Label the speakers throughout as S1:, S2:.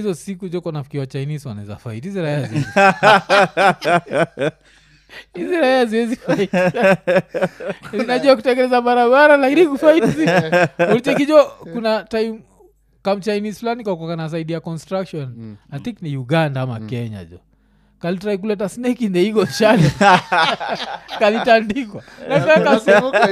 S1: hizo siku joko nafikiri wa chinese wanaweza fight hizi raya haziwezi- hizi raya ziwezi fight zinajua kutengeneza barabara lakini kufight zi- ulichekijua kuna time kam chinese fulani kakukanasaidia construction mm. i think ni uganda ama mm. kenya jo kalitrai kuleta snake in the ego shani kalitandikwa nakaka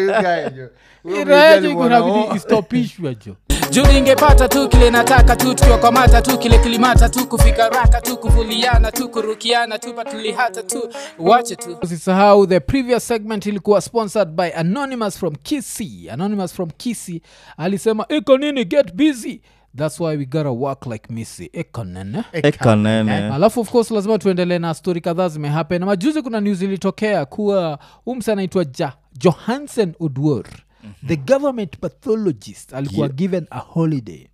S1: irayaji kunabidi yaani istopishwe jo
S2: juu ningepata tu kile nataka tu tukiwa kwa mata tu kile kilimata tu kufika raka tu kuvuliana tu kurukiana tu patulihata tu wache tu
S1: usisahau the previous segment ilikuwa sponsored by anonymous from kisi anonymous from kisi alisema iko nini get busy thats why we gotta work like missy ekonene
S3: ekanene
S1: alafu of course lazima tuendelee na stori kadhaa zimehappen Na majuzi kuna news ilitokea kuwa umse anaitwa ja johansen odwor mm-hmm. the government pathologist alikuwa yeah. given a holiday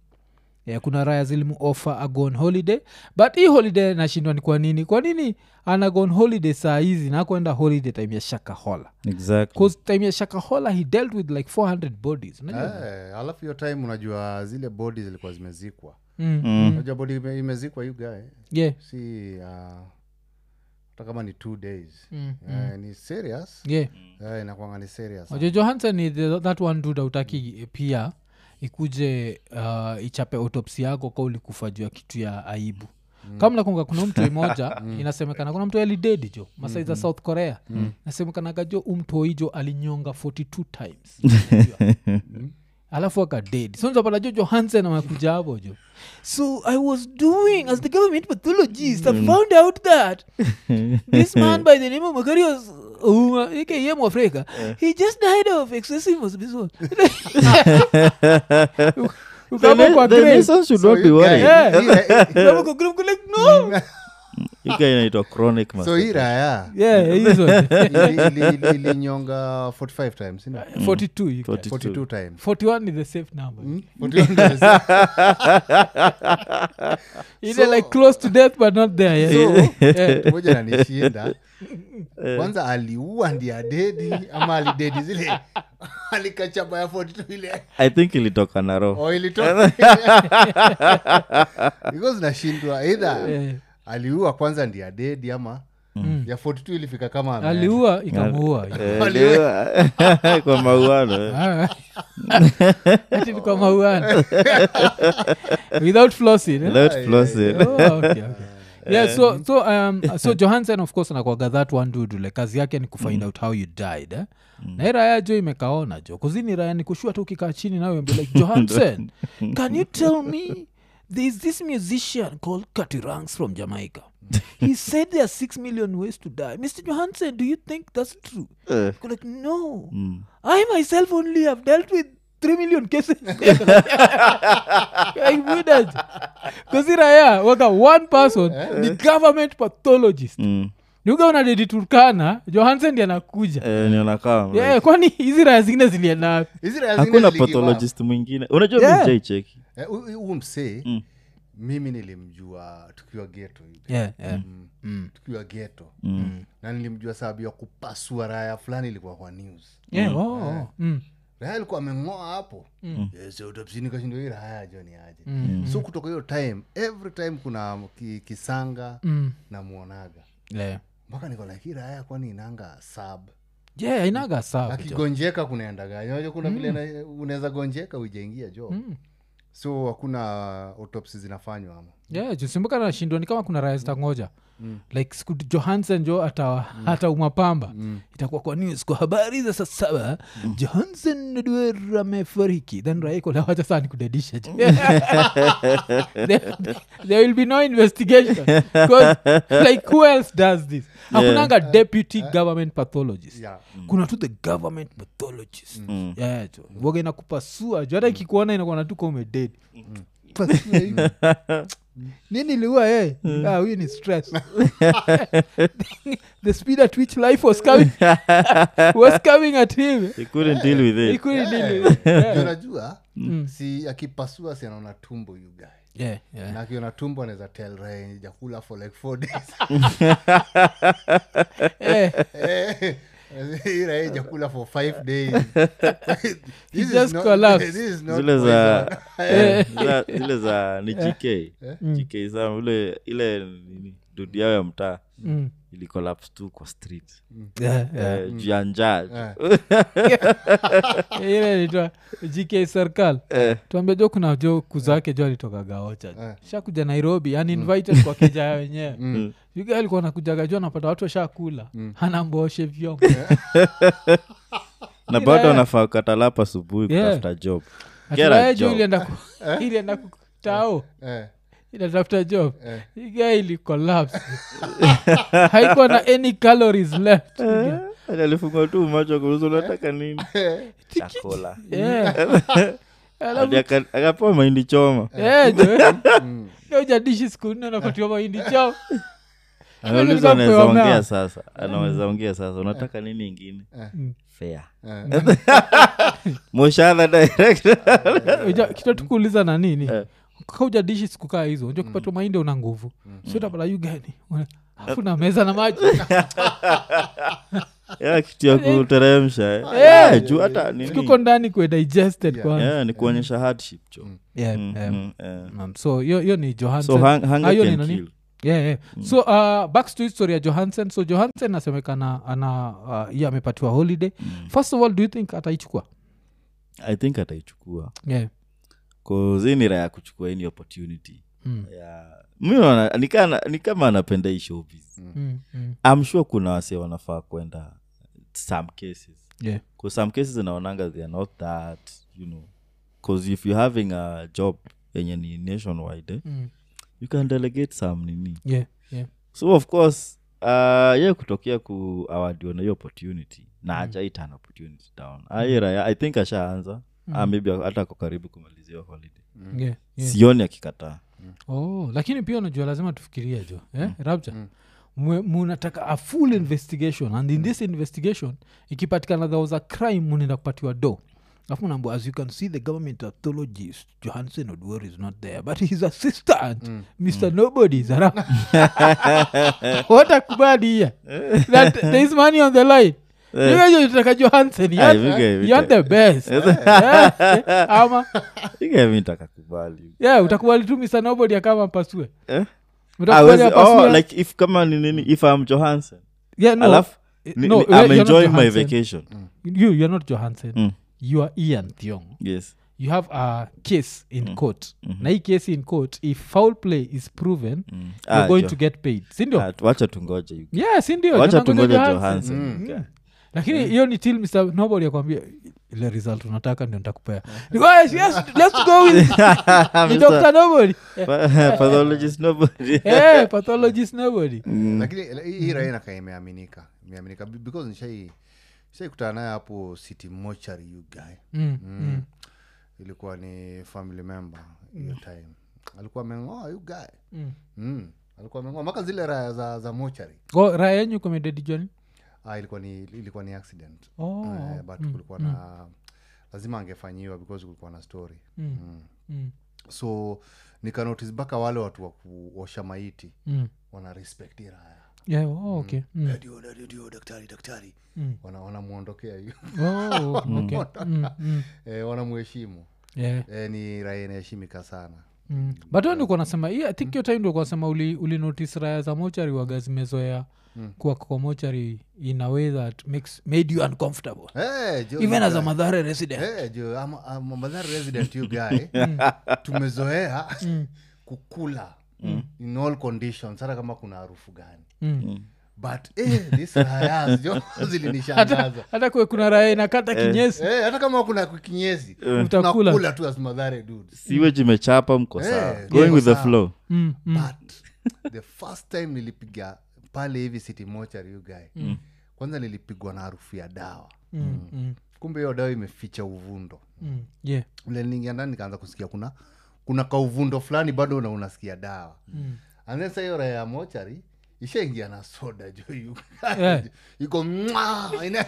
S1: yeah, kuna raya zilimu offer a gone holiday but hii holiday nashindwa ni kwa nini kwa nini ana gone holiday saa hizi na kwenda holiday time ya shakahola
S3: exactly
S1: bcause time ya shakahola he dealt with like 400 bodies unajua
S4: Eh, alafu hiyo time unajua zile bodi zilikuwa zimezikwa
S1: mm.
S4: unajua bodi ime- imezikwa you guy
S1: yeah.
S4: si uh, hata kama ni two days
S1: Mm,
S4: Eh, ni serious
S1: yeah
S4: Eh, inakuanga ni serious
S1: Ojo johansen ni the, that one dude utaki pia ikuje uh, ichape autopsi yako ka ulikufa juu ya kitu ya aibu mm. kama nakunga kuna mtu moja inasemekana kuna mtu alidedi jo masai za south korea mm. nasemekanaga jo umtoijo alinyonga 42 times Unajua? alafu akadedi sonzapata jo johansen amekuja hapo jo so i was doing as the government pathologist i found out that this man by the name of uh, Makarios Ouma, aka Yem Africa, he just died of excessive hospital.
S3: The
S1: Ukaamua kwa
S3: na- the
S1: grave.
S3: nation should
S4: So
S3: not be
S4: you guy- eh,
S3: worried.
S1: Yeah.
S4: hii- hii-
S1: Ukaamua kwa grave, like, no.
S3: You guy inaitwa chronic
S4: eh, so hii
S3: masturbation.
S4: raya
S1: Yeah, hizo ni.
S4: ili- ili- ilinyonga 45 times you know?
S1: 42 you can-
S3: 42.
S4: 42 times Hmm?
S1: 41 is the safe number.
S3: Hmm.
S4: so
S1: Either like close to death but not there. Yeah. Yeah.
S4: moja nanishinda
S3: Eh.
S4: kwanza aliua ndi adedi ama alidedi zile alikachaba ya 42 ile
S3: i think ilitoka naro
S4: Oh, ilitoka because nashindwa
S3: Eh.
S4: either
S1: Yeah.
S4: aliua kwanza ndi adedi ama
S3: Mm.
S4: ya 42 ilifika kama ame-
S1: aliua ikamuua
S4: Oh,
S3: Eh, kwa mauano eh.
S1: ati ni kwa mauana without flossing, eh?
S3: Without flossing.
S1: Oh, okay, okay. Yeah, so, so, um, so johansen of course anakwaga that one dudule kazi yake ni kufind out how you died eh? na hii raya jo imekaona jo kuzini raya ni kushua tu ukikaa chini nawe ambe like johansen can you tell me there's this musician called katirangs from jamaica he said there are six million ways to die mr johansen do you think that's true
S3: Eh.
S1: Go like no
S3: Mm.
S1: i myself only have dealt with three million cases kuziraya waka one person the government pathologist
S3: Mm.
S1: niuga unadedi turkana johansen ndi anakuja
S3: Eh, niona kama
S1: yeah, kwani hizi raya zingine zilienda
S4: Hizi raya zingine
S3: hakuna
S4: ziligiwa.
S3: pathologist mwingine unajua
S1: Yeah.
S3: yeah. cheki
S4: Eh, huyu- huyu msee
S3: Mm.
S4: mimi nilimjua tukiwa geto hivi.
S1: yeah, yeah.
S4: Mm.
S1: Mm.
S4: tukiwa geto
S3: Mm.
S4: na nilimjua sababu ya kupasua raya fulani ilikuwa kwa news
S1: Yeah, oh, oh. Mm.
S4: raya alikuwa ameng'oa hapo
S1: Mm.
S4: Yes, autopsini kashindo hii raya joni aje
S1: Mm.
S4: so kutoka hiyo time every time kuna ki, kisanga
S1: Mm.
S4: namwonaga
S1: Yeah.
S4: mpaka niko like hii raya kwani inanga sab
S1: yeah inaga sawa jo.
S4: akigonjeka kunaendagaja kuna vile na- unaweza gonjeka ujaingia jo
S1: Mm.
S4: so hakuna autopsi zinafanywa ama
S1: yeah, jusimbuka nashindwa ni kama kuna raya zitangoja like siku johansen jo ata, mm. umapamba itakuwa kwa news kwa habari za saa saba johansen Edward amefariki then raikolawacha saa ni kudadisha jo. there, there will be no investigation 'Cause, like who else does this hakunanga deputy government pathologist
S4: yeah.
S1: kuna tu the government pathologist mm. yeah, jo waga inakupasua ju hata ikikuona inakuona tu kama umededi Pasua hivi. nini liua yeye ah, huyu ni stress the speed at which life was coming was coming at him
S3: They couldn't deal with
S1: He
S3: it
S1: couldn't deal with it. Yeah.
S4: Eh. Ndio unajua
S1: Mm.
S4: si akipasua si anaona tumbo you guy
S1: Yeah, yeah.
S4: na akiona tumbo anaweza tell Ryan, jakula for like four days
S1: Eh,
S4: Eh, Hii raia jakula for five days This is
S1: just
S4: not-
S1: collapsed.
S4: this is not
S3: zile
S4: poison.
S3: za eh, zile- zile za ni jk jk
S4: Mm.
S3: sam ule ile nini dudi yao ya mtaa
S1: Mm.
S3: ilikolapse tu kwa street
S1: Yeah, yeah.
S4: Mm.
S3: Eh, juu ya njaa
S4: Eh.
S3: tu.
S1: Eh, ile naitwa gk serkal
S3: Eh,
S1: tuambia jo kuna jo kuzake jo alitokagaocha
S4: Eh.
S1: shakuja nairobi yani invited kwa keja ya wenyewe
S4: Mm.
S1: yuga alikuwa nakujaga jo anapata watu washakula anamboshe vyombo
S4: Eh.
S3: na bado anafaa katalapa asubuhi
S1: Yeah.
S3: kutafuta job Get a
S1: hatimaye jo
S3: job.
S1: ilienda ku- ilienda kutao
S4: Eh,
S1: inatafuta job
S4: eh.
S1: iga ili collapse haikuwa na any calories
S4: Eh.
S1: left
S3: Yaani alifungwa tu macho kuuza unataka nini
S4: Eh.
S3: chakula
S4: Mm.
S1: Yeah.
S3: Hadi
S1: Eh. Alafu-
S3: aka- akapewa mahindi choma
S1: Yeah, jo.
S4: Mm.
S1: Yo, jadishi siku nne nakatiwa mahindi chao nilikuwa
S3: anauliza anaweza
S1: mpewa mea.
S3: ongea sasa anaweza ongea sasa unataka nini ingine Mm. fair moshadha direct Eh,
S1: Uja- Eh, kitu
S3: mm.
S1: tukuuliza na nini kauja dishi sikukaa hizo unajua kupatwa mahindi una nguvu
S3: Mm.
S1: si utapata yu gani
S3: Eh.
S1: Una- afu na meza na maji
S3: Ya, Yaani kitu ya kuteremsha eh. Eh, juu hata nini
S1: tuko ndani kue digested
S4: Yeah.
S1: kwanza
S3: Yeah, ni kuonyesha hardship cho
S1: Yeah,
S3: Mm,
S1: yeah.
S3: mm, eh.
S1: Naam, so hiyo hiyo ni
S3: so
S1: johansen
S3: hung- hunger
S1: Ah, hiyo ni
S3: can
S1: nani?
S3: kill. Mm.
S1: yeah, yeah. so uh, backs to history ya johansen so johansen asemekana ana uh, ye amepatiwa holiday
S3: Mm.
S1: first of all do you think ataichukua
S3: i think ataichukua
S1: yeah.
S3: kazi ni raha ya kuchukua any opportunity
S1: mm.
S3: ya mi naona- ni kana- ni kama anapenda hii showbiz
S1: Mm. Mm.
S3: I'm sure kuna wase wanafaa kwenda some cases
S1: Yeah.
S3: 'Cause some cases naonanga they are not that you know bcause if you're having a job yenye ni nationwide eh,
S1: Mm.
S3: you can delegate some nini
S1: Yeah. Yeah.
S3: so of course uh, ye kutokea kuawadiwa na hiyo opportunity na
S1: Mm.
S3: ajaitan opportunity down aira i think ashaanza mm. ah, maybe hata ako karibu kumalizia hiyo holiday
S1: Yeah. Yeah.
S3: sioni akikataa
S1: oh, lakini pia unajua lazima tufikirie jo eh? rabja Mwe- munataka a full investigation and in this investigation ikipatikana there was a crime munaenda kupatiwa do alafu nambo as you can see the government pathologist johansen odwor is not there but his assistant mr nobody is around what a kubadi here that there is money on the line You guys unataka johansen you
S3: Ah,
S1: are-
S3: vige- vige.
S1: you are the best Eh, eh, ama
S3: igami takakubali
S1: yeah utakubali tu mr nobody akama pasue
S3: Eh? Ah,
S1: utakubali
S3: wezi-
S1: apasue
S3: oh, like if kama ni nini if am johansen
S1: yeah, no,
S3: alafu
S1: eh,
S3: ni-
S1: no,
S3: ni-
S1: we-
S3: I'm
S1: you're not
S3: enjoying my
S1: Johansen. Mm.
S3: vacation
S1: you you're not johansen
S3: Mm.
S1: you are ian thiong
S3: yes
S1: you have a case in
S3: Mm.
S1: court
S3: Mm-hmm.
S1: na hii case in court if foul play is proven
S3: Mm.
S1: you're
S3: Ah,
S1: going
S3: Jo-
S1: to get paid sindio
S3: ah, wacha tungoje you-
S1: yeah sindio
S3: wacha
S1: Jonathan
S3: tungoje
S1: Johansen.
S3: johansen
S1: Mm. lakini hiyo ni till mr nobody akwambia ile result unataka ndio nitakupea
S3: Mm.
S1: Niko, "Yes, yes, let's go with ni dr nobody
S3: Pa- pathologist nobody Mm.
S1: Eh, pathologist nobody
S4: lakini la- hii hii raia nakaa imeaminika imeaminika Be- because nishai nishaikutana naye hapo city mochari you guy
S1: Mm, mm.
S4: ilikuwa ni family member hiyo time alikuwa amengoa you guy
S1: Mm.
S4: mm. alikuwa amengoa maka zile raya za, za mochari
S1: Go, raha yenyu komededijoni
S4: ah, ilikuwa ni ilikuwa ni accident
S1: Oh.
S4: Eh, but kulikuwa na lazima angefanyiwa because kulikuwa na story
S1: Mm.
S4: Mm.
S1: Mm,
S4: so nikanotice mpaka wale watu wa kuosha maiti
S1: mm.
S4: wana respect hii raya
S1: Yeah, oh, okay. Mm.
S4: Ndio, ndio, ndio, daktari daktari
S1: Mm.
S4: Wana- wanamwondokea hiyo
S1: Oh, okay. Mm, mm.
S4: Eh, wanamheshimu
S1: Yeah.
S4: Eh, ni raia inaheshimika sana
S1: Mm. but wewe ndio ulikuwa unasema yeah, i think hiyo time ndio unasema uli, uli notice raya za mochari waga zimezoea kuwa kwa mochari in a way that makes made you uncomfortable
S4: Eh, jo-
S1: even as a
S4: guy.
S1: madhare resident
S4: Eh, jo, I'm- I'm a Mathare resident you guy
S1: Mm.
S4: tumezoea kukula in all conditions hata kama kuna harufu gani
S1: Mm.
S4: but eh, this raya jo, zilinishangaza
S1: hata kuwe kuna raya inakata kinyesi
S4: Eh, hata kama kuna kinyezi
S1: Utakula.
S4: tunakula tu as madhare dudes
S3: siwage imechapa mko
S4: Eh,
S3: sawa
S4: mko
S3: going with the
S4: sawa.
S3: flow
S1: Mm, mm.
S4: but the first time nilipiga pale hivi city mochari you guy kwanza nilipigwa na harufu ya dawa
S1: Mm, mm,
S4: kumbe hiyo dawa imeficha uvundo
S1: mm. Yeah.
S4: ule niingia ndani nikaanza kusikia kuna kuna kauvundo fulani bado na unasikia dawa mm. and then sa hiyo raha ya mochari ishaingia na soda juu yu-
S1: Yeah.
S4: iko mwa, ina-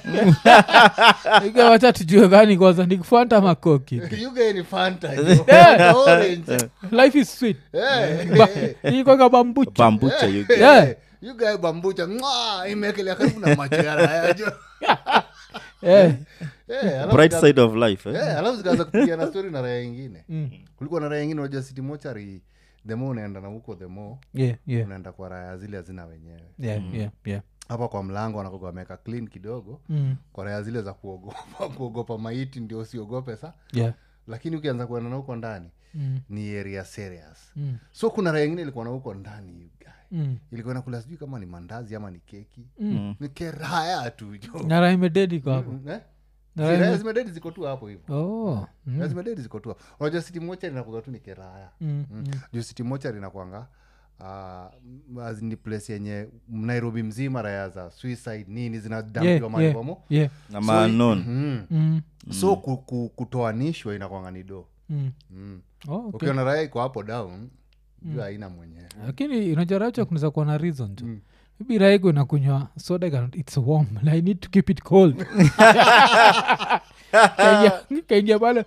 S1: Iga wacha tujue gani kwanza nikufuata makoki
S4: yuga ni fanta juu.
S1: Yeah.
S4: Orange.
S1: life is sweet
S4: Eh, eh,
S1: Ba- hii kwa bambucha
S3: bambucha you
S4: eh,
S3: get.
S1: Yeah.
S4: you guy bambucha mwaa, imeekelea karibu na macho ya raya jo
S1: Eh,
S4: Eh, alafu
S3: bright
S4: zika-
S3: side of life eh?
S4: eh, alafu zikaanza kupigana story na raya ingine
S1: mm,
S4: kulikuwa na raya ingine unajua city mochari the more unaenda na huko the more
S1: yeah, yeah,
S4: unaenda kwa raya zile hazina wenyewe
S1: yeah, yeah, yeah.
S4: hapa kwa mlango wanakoga wameweka clean kidogo
S1: Mm,
S4: kwa raya zile za kuogopa kuogopa maiti ndio usiogope sa
S1: yeah,
S4: lakini ukianza kuenda na huko ndani
S1: mm,
S4: ni area serious
S1: mm,
S4: so kuna raya ingine ilikuwa na huko ndani you guy
S1: mm.
S4: ilikuwa nakula sijui kama ni mandazi ama ni keki
S1: Mm.
S4: ni keraya tu jo
S1: Na Rahim Ededi iko hapo.
S4: Mm, eh?
S1: Na
S4: Si
S1: Rahim-
S4: raya zimededi ziko tu hapo hivo
S1: Oh, mm,
S4: raya zimededi ziko tu hapo unajua siti mocha linakuga tu ni keraya
S1: mm,
S4: Mm. juu siti mocha linakwanga uh, ni place yenye nairobi mzima raya za suicide nini zinadambiwa
S1: Yeah,
S4: yeah, mahali
S1: yeah,
S4: pamo
S1: yeah.
S3: na maanon
S4: mm.
S1: Mm,
S4: so ku, ku, kutoanishwa inakwanga ni do
S1: mm.
S4: mm.
S1: Oh, okay.
S4: ukiona raya iko hapo down juu haina mwenyewe
S1: lakini unajaracha kunaweza kuwa na reason tu maybe raigo inakunywa soda ika- its warm i need to keep it cold Kaingia- kaingia pale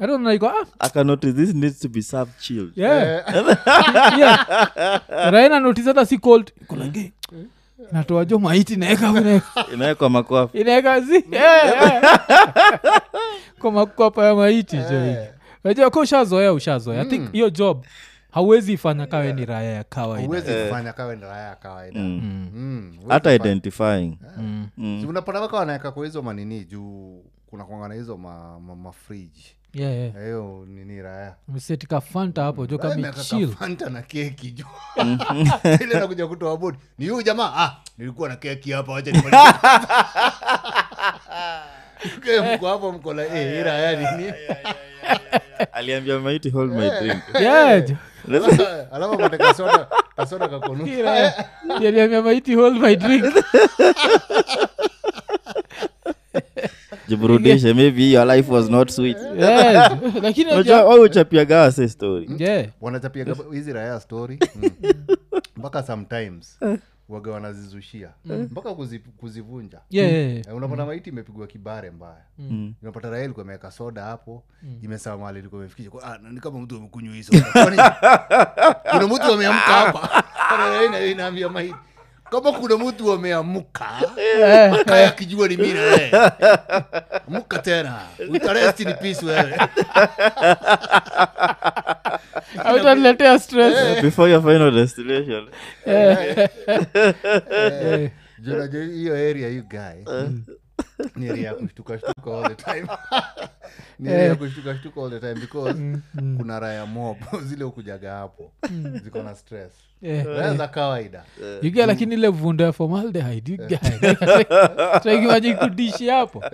S1: I don't know, iko, ah,
S4: Mm-hmm.
S3: akanotice this needs to be served chilled
S1: yeah. Yeah. raina notice hata si cold Iko like, eh, natoa jo maiti naeka inaeka-
S3: inawekwa makwafu
S1: inaeka zi Yeah, yeah. kwa makwapa ya maiti jo najua ka ushazoea ushazoea i think hiyo job hauwezi ifanya kawe ni raya ya kawaida
S4: huwezi kufanya kawe ni raya ya kawaida Mm, huwezi
S3: hata identifying
S4: Si unapata mpaka wanaweka kwa hizo manini juu kuna kwanga na hizo ma, ma, mafriji
S1: yeah, yeah.
S4: hiyo nini raya
S1: umesetika fanta hapo jo
S4: Raya
S1: kama
S4: imeweka
S1: chill
S4: kafanta na keki juu ile nakuja kutoa bodi ni huyu jamaa ah, nilikuwa na keki hapa wacha nibadilishe. Okay, mko hapo mko la eh, hii raya nini
S3: aliambia maiti hold my drink
S1: Yeah, jo.
S4: alafu ameteka soda kasoda kakonu
S1: Yaliambia maiti hold my drink
S3: jiburudishe maybe your life was not sweet
S1: Yeah, jo. lakini
S3: Unajua, wewe uchapiaga wase story
S1: yeah.
S4: wanachapiaga hizi raya story Mm. mpaka sometimes waga wanazizushia mpaka kuzi- kuzivunja
S1: Yeah, yeah, yeah.
S4: Eh, unapata maiti imepigwa kibare mbaya unapata raha ilikuwa imeweka soda hapo imesaa mali ilikuwa imefikisha kwa, ah, ni kama mtu amekunywa hii soda Kwani kuna mtu ameamka hapa Kama raha ina- inaambia maiti kama kuna mtu ameamka kaya kijua ni mimi na wewe amka tena utaresti ni peace wewe
S1: Mm. Hautaniletea stress
S3: before your final destination
S1: Eh,
S4: Juu unajua hiyo area you guy Mm. ni area ya kushtuka shtuka all the time ni area ya
S1: Eh.
S4: kushtuka shtuka all the time because
S1: Mm,
S4: kuna raya mob zile ukujaga hapo ziko na stress
S1: eh.
S4: raya za kawaida
S1: You get, lakini ile vundo ya formaldehyde you get. Tunakiwaje kudishi hapo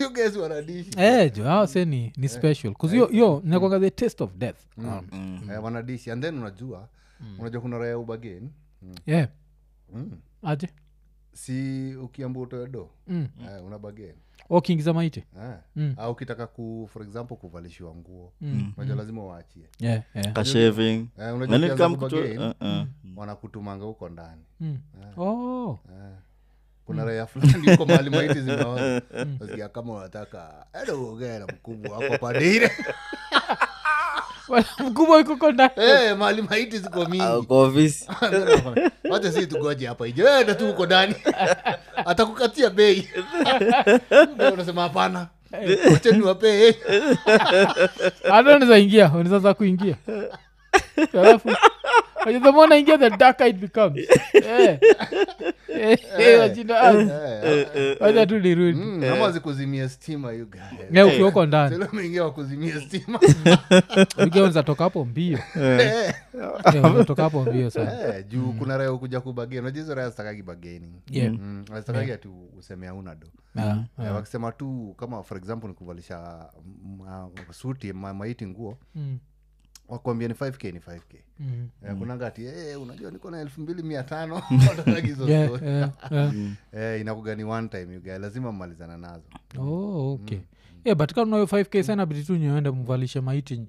S4: you guys wanadishi
S1: Eh, jo hao se ni, ni special Cause hiyo- hiyo inakuanga the taste of death Um,
S4: Eh, wanadishi and then unajua
S1: Mm.
S4: unajua kuna raya ubagen
S1: yeah. aje
S4: Mm. si ukiambua utoe do
S1: Mm. Oh,
S4: eh, una bagen
S1: okiingiza maiti
S4: eh.
S1: Mm.
S4: au ukitaka ku for example kuvalishiwa nguo
S1: Mm.
S4: unajua lazima uachie
S1: yeah, yeah.
S3: kashaving
S4: eh,
S3: When
S4: unajua
S3: it
S4: ukianza
S3: come to-
S4: kubagain,
S1: eh.
S3: uh, uh.
S4: wanakutumanga huko ndani
S1: Mm. Oh.
S4: kuna raya
S1: Mm.
S4: fulani huko mahali maiti zimeoza nasikia kama unataka enda uongee na mkubwa wako pande ile
S1: mkubwa ikokona
S4: Eh, mahali maiti ziko
S3: Ah,
S4: mingi
S3: kwa ofisi
S4: wacha si tugoje hapa ije "Eh, enda tu huko ndani atakukatia bei Ndio unasema hapana wacha niwapee
S1: hata unaweza ingia unaweza za kuingia alafu ajazamona ingia the dark it becomes Eh. Eh, eh, wajinda, ah, wacha tu nirudi
S4: Eh, Mm, ama zikuzimia stima you guys.
S1: Ne, ukiwa uko ndani
S4: Sasa umeingia wakuzimia stima
S1: unaweza toka hapo mbio
S4: Eh,
S1: Eh, unaweza toka hapo mbio sana
S4: eh, juu kuna raya kuja kubageni unajua hizo raya zitakagi bageni
S1: Mm. Yeah.
S4: Mm, hazitakagi ati useme hauna do
S1: Ah,
S4: Eh, wakisema tu kama for example ni kuvalisha mm, ah, suti ma- maiti nguo
S1: mm,
S4: wakuambia ni 5k ni 5k
S1: mm.
S4: Eh, kunanga ati "Eh, unajua niko na elfu mbili mia tano
S1: Yeah, eh, eh.
S4: inakuga ni one time you guy. lazima mmalizana nazo
S1: Oh, okay
S4: Mm.
S1: Yeah, but kama unayo 5k sana bidi tu nyoende mvalishe maiti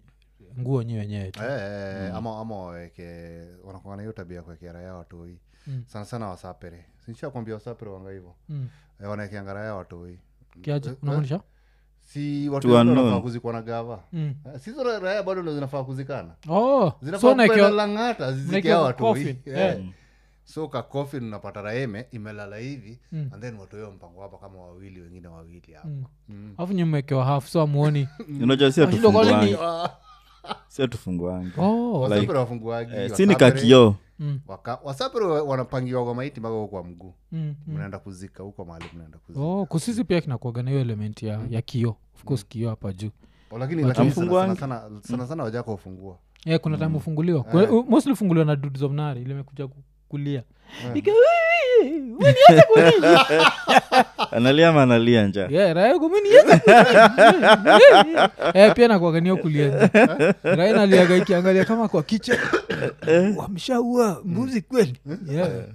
S1: nguo nyi wenyewe tu
S4: Eh, eh,
S1: Mm.
S4: ama ama waweke wanakuanga na hiyo tabia ya kuwekea raya watoi sana sana wasapere sinsha kuambia wasapere wanga hivo
S1: Mm.
S4: eh, wanaekeanga raya watoi
S1: kiaje
S4: Eh,
S1: unamaanisha
S4: si watu
S3: To
S4: wote
S3: unknown.
S4: wanafaa kuzikwa na gava
S1: Mm.
S4: Eh, sizo ra- raya bado ndo zinafaa kuzikana
S1: oh so
S4: zinafaa
S1: unaekewa-
S4: kupenda lang'ata
S1: unaekewa
S4: zizikia watu
S3: Mm.
S1: coffin,
S4: hii. Eh. so kakofin unapata raeme imelala hivi
S1: Mm.
S4: and then watoeo mpango hapa kama wawili wengine wawili hapa Mm.
S1: afu nyumekewa hafu so amuoni
S3: unajua si
S1: Washindo kwa
S3: atufunguangi
S1: nini?
S4: Ah,
S3: si atufunguangi
S1: oh,
S3: Like,
S4: wasapere wafunguagi
S3: Eh, si ni
S4: wasapere
S3: kakioo
S4: waka- wasapere wa- wanapangiwa kwa maiti mpaka huko kwa mguu
S1: mm, mm.
S4: mnaenda kuzika huko mahali mnaenda kuzika
S1: oh, kusisi pia kinakuaga na hiyo element ya, ya kio of
S4: Mm.
S1: course kio hapa juu
S4: Oh, lakini lakini sana-
S3: Hamfunguangi?
S4: sana- sana- sana sana wajaka ufungua
S1: yeah, Eh, kuna time ufunguliwa Kuna- u- mostly ufunguliwa na dudes of nari ile imekuja ku- kulia Ika- Umeniacha kulia.
S3: analia ama analia njaa
S1: Yeah, raha yangu, umeniacha kulia. Yeah, yeah. Eh, pia nakuagania kulia rainaliaga ikiangalia kama kwa kicha wamshaua mbuzi kweli Eh? Hmm. yeah. yeah,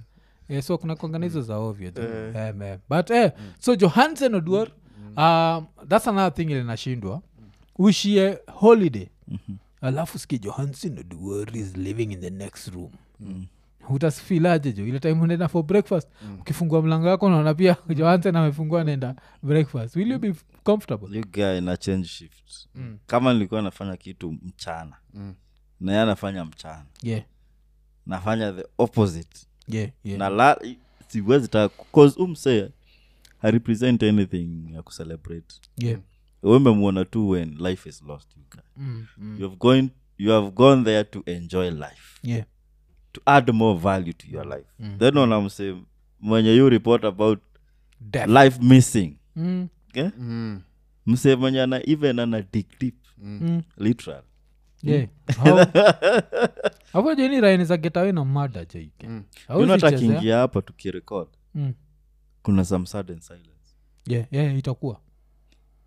S1: Eh, so kuna kuangana hizo za ovyo tu. Eh, man. but eh, so johansen oduor um, thats another thing ile nashindwa ushie holiday alafu ski johansen oduor is living in the next room utasifilaje jo ile time unaenda for breakfast ukifungua mlango wako unaona pia johansen amefungua naenda breakfast will you be comfortable
S3: you guy na change shift
S1: Mm.
S3: kama nilikuwa nafanya kitu mchana na yeye anafanya mchana
S1: yeah
S3: nafanya the opposite
S1: yeah yeah
S3: na la siwezi taka cause umsee harepresent anything ya kucelebrate
S1: yeah
S3: umemwona tu when life is lost you, guy.
S1: Hmm,
S3: you, have gone, you have gone there to enjoy life
S1: yeah
S3: to add more value to your life then ona mse mwenye you report about
S1: Death.
S3: life missing
S1: Mm.
S3: okay? mse mwenye ana even ana dig deep
S1: Mm. Hmm.
S3: literal
S1: Yeah. How- hapo jeni rainiza getawe na mada jaike
S3: You know hata akiingia hapa tukirekod
S1: Mm.
S3: kuna some sudden silence
S1: itakuwa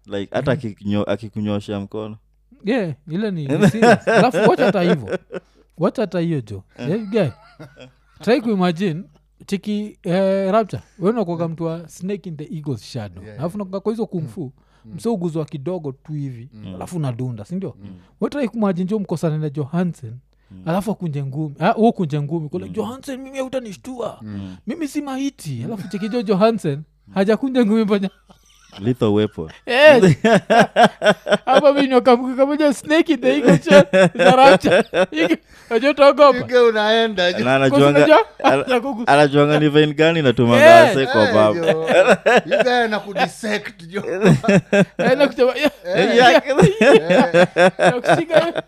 S3: like hata akikunyo- akikunyoshea mkono
S1: yeah, ile ni ni serious. alafu wacha hata hivo wacha hata hiyo jo yeah, guy. try kuimagine chiki eh, rapture wenakoga mtu wa snake in the eagles shadow alafu nakuwanga kwa hizo kumfu mseuguzwa kidogo tu hivi alafu unadunda sindio wetrai kumajini jo mkosane na johansen alafu akunje ngumi Ah, wewe ukunje ngumi kule johansen mimi autanishtua mimi si maiti alafu chikijo johansen hajakunja ngumi panya
S3: lethal weapon
S1: Eh, hapa vinyokamkamoja snake daigocharachajotogopa
S4: Ike Mm. unaenda jo.
S3: na anajuanga anajuanga ni vein gani natumanga
S1: Eh,
S3: ase kwa
S4: Eh,
S3: baba
S4: jo. You guy na kudissect jo
S1: Eh,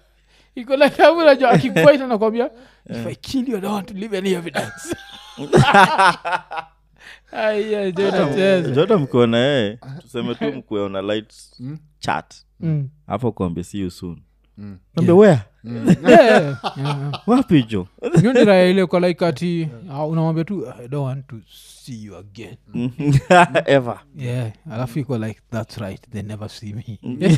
S1: ikolakamunajo akikuaita nakwambia if i kill you i don't want to leave any evidence aya jotocheza
S3: jota mkuwa na yeye eh, tuseme tu mkuwe ona light chat
S1: Mm.
S3: hapo kuambia see you soon
S4: Mm.
S3: Naambia, where
S1: Yeah, yeah.
S3: wapi jo
S1: yoniraile kwa like ati ah, unamwambia tu i don't want to see you again
S3: ever
S1: yeah alafu iko like thats right they never see me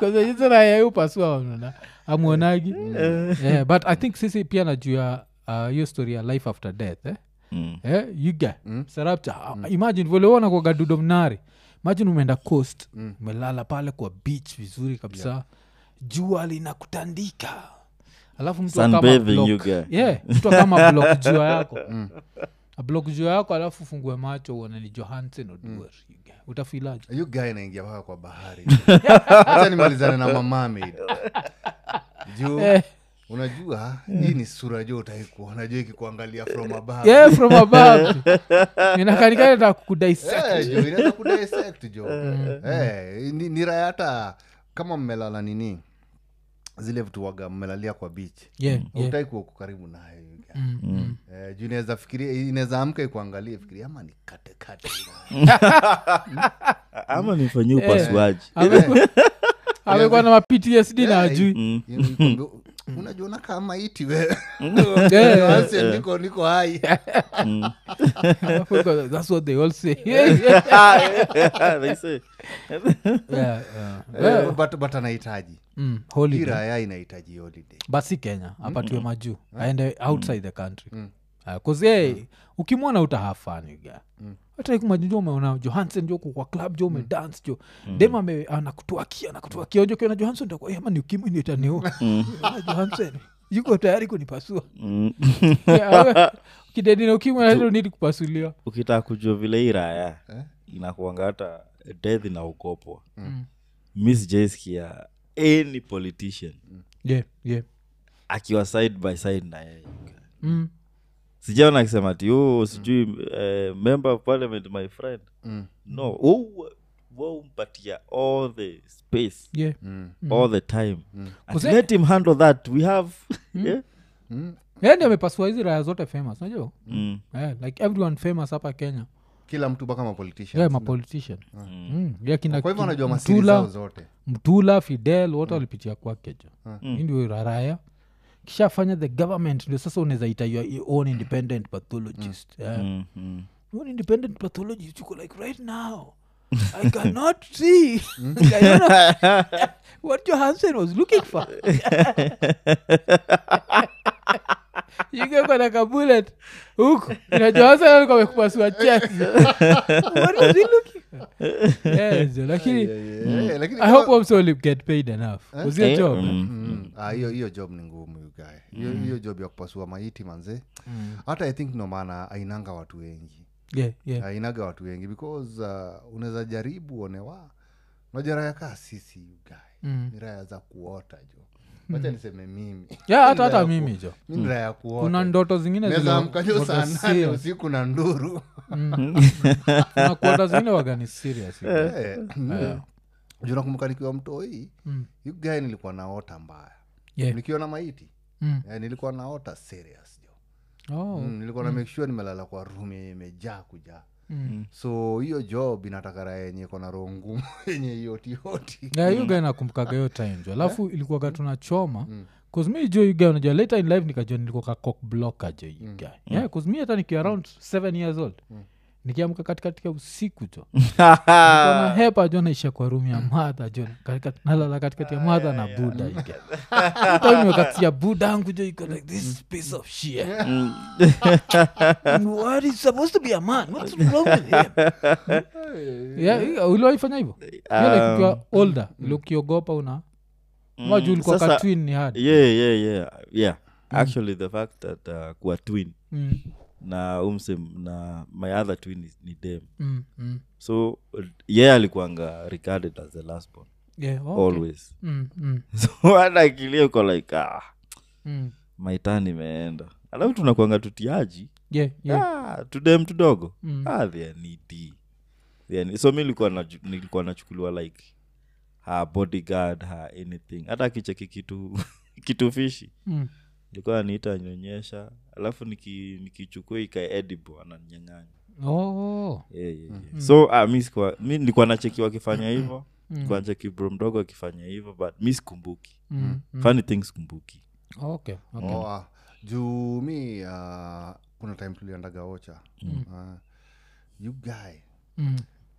S1: kazaizorayaupasua mnana amwonagi yeah, but i think sisi pia najua uh, hiyo story ya life after death eh?
S3: Mm.
S1: eh, yuga sarapta mm. imagine volewona kwa gadudo mnari imagine umeenda coast umelala pale kwa beach vizuri kabisa jua linakutandika alafu mtu wa kama
S3: Sunbathing you
S1: block.
S3: guy.
S1: Yeah, mtu wa kama block jua yako block jua yako alafu fungue macho uone ni johansen oduor yuga. utafilaje
S4: You guy naingia mpaka kwa bahari hacha nimalizane na mamame juu
S1: Eh,
S4: unajua hii ni sura jo utaikuona jo ikikuangalia from above
S1: yeah, from above inakanikana ta kukudissect
S4: Eh, jo, inaweza kudissect jo Eh, ni, ni raya hata kama mmelala nini zile vitu waga mmelalia kwa beach
S1: yeah, yeah. Mm.
S4: utai kuwa uko karibu nayo you guy. Eh, juu inaweza fikiria inaweza amka ikuangalie fikiria ama nikatekate
S3: ama nifanyie upasuaji
S1: Amekuwa- amekuwa na maptsd na ajui
S3: Mm.
S4: unajiona kama iti wewe
S1: Yeah.
S4: Johansen, niko niko hai
S1: that's what they all say yeah, yeah.
S3: They say,
S1: Yeah, yeah.
S4: Eh, but but anahitaji
S1: Mm, holiday.
S4: iraya inahitaji holiday
S1: basi kenya apatiwe majuu aende outside the country kazie ukimwona utahafaniga ataikumajunjo umeona johansen joko kwa club jo umedance jo dem ame- anakutuakia anakutuakia jo kiona johansen takwa ama ni ukimwi nitaniu johansen yuko tayari kunipasua
S3: mm.
S1: kidedina ukimwi nidi kupasuliwa
S3: ukitaka kujua vile hii raya inakuanga hata death inaokopwa mi sijaiskia any politician
S1: yeah, yeah.
S3: akiwa side by side na yeye
S1: mm.
S3: sijaona akisema ti oh, sijui eh, member of parliament my friend
S4: Mm.
S3: no oh, waumpatia all the space
S1: yeah.
S4: Mm.
S3: all the time
S1: Mm.
S3: and
S1: Kuze-
S3: let him handle that we have
S1: Mm.
S3: yeah?
S1: Yeye ndiye Yaani amepasua hizi raya zote famous unajua
S3: mm.
S1: yeah, Eh, like everyone famous hapa kenya
S4: kila mtu mpaka
S1: yeah,
S4: mapolitician
S1: mapolitician mm. yeah, kina
S4: kwa hivyo
S1: ki-
S4: anajua masiri zao Mm.
S1: mtula
S4: zote
S1: mtula fidel wote walipitia kwake jo
S4: Mm.
S1: Hii ndio raraya kishafanya the government ndio sasa unaweza ita your own independent pathologist Eh, yeah.
S3: Mm, mm.
S1: own independent pathologist uko like right now i cannot see I don't know what johansen was looking for ikekona kabulet huku na johansen alikuwa amekupasua chest what was he looking for yes, lakini
S4: Eh, lakini
S1: i
S4: kama-
S1: hope also will get paid enough was your
S3: Eh,
S1: job
S3: mm.
S4: Mm. Ah, hiyo hiyo job ni ngumu you guy. hiyo hiyo job ya kupasua maiti manze
S1: Mm.
S4: hata i think no maana ainanga watu wengi
S1: yeah yeah
S4: ainaga watu wengi because uh, unaweza jaribu onewa najaraya kaa sisi ugae
S1: Mm.
S4: ni raya za kuota jo wacha niseme mimi
S1: yeah hata
S4: Ni raya
S1: hata
S4: ku-
S1: mimi jo
S4: mi ni raya ya
S1: Mm. kuna
S4: kuota
S1: ndoto zingine
S4: naweza
S1: zile-
S4: amkajo saa
S1: waga
S4: nane
S1: serious.
S4: usiku na nduru
S1: Mm. kuna kuota zingine wagani serious
S4: Eh, juu nakumbuka nikiwa mtoi
S1: Mm.
S4: ugae nilikuwa naota mbaya
S1: Yeah.
S4: nikiona maiti
S1: Mm.
S4: eh, nilikuwa naota serious jo
S1: Oh.
S4: Mm, nilikuwa na make sure nimelala kwa room yenye imejaa kujaa
S1: Mm.
S4: so hiyo job inataka raha yenye kona roho ngumu yenye yotiyoti
S1: Yeah, hiyo guy nakumbukaga hiyo time jo alafu ilikuwaga tunachoma cause mi jo uga unajua later in life nikajua nilikuwa cock blocker jo uga yeah, cause mi hata nikiwa around seven years old nikiamka katikati ya usiku jo nilikuwa na hepa jo naisha kwa rumu ya madha jo katikati- nalala katikati ya madha na buda uga tanimekatia buda angu jo iko like this piece of shit
S3: Um,
S1: what is supposed to be a man what's wrong with him Eh.
S4: Eh.
S1: yeah, yeah, uliwaifanya hivyo Hiyo
S3: Um,
S1: like ukiwa older ile ukiogopa una maju ulikuwa
S3: Mm.
S1: Mm.
S3: sasa-
S1: ka twin ni hard
S3: yeah yeah yeah yeah actually the fact that uh, kuwa twin
S1: Mm,
S3: na umsem na my other twin is, ni dem
S1: mm, mm.
S3: so yeye yeah, alikuanga regarded as the last born
S1: Yeah, okay.
S3: always
S1: Mm, mm,
S3: so hata akilia uko like ah,
S1: mm.
S3: maitani imeenda alafu tunakuanga tutiaji
S1: Yeah, yeah.
S3: ah, tudem tudogo
S1: Mm.
S3: ah, they are needy. They are ne- so mi nilikuwa naju- nilikuwa nachukuliwa like her bodyguard her anything hata akicheki kitu kitu fishi
S1: Mm.
S3: ilikuwa aniita nyonyesha alafu niki- nikichukua ikae edible ananyang'anya
S1: Oh,
S3: yeah, yeah, yeah. so ah, mi sikuwa- mi nilikuwa nacheki wakifanya
S1: Mm.
S3: hivyo nilikuwa nacheki bro mdogo akifanya hivyo but mi sikumbuki
S1: mm.
S3: funny thing sikumbuki
S1: Okay, okay.
S4: Oh, ah, juu mi ah, kuna time tuliendaga ocha
S3: Mm.
S4: Ah, you guy
S1: Mm.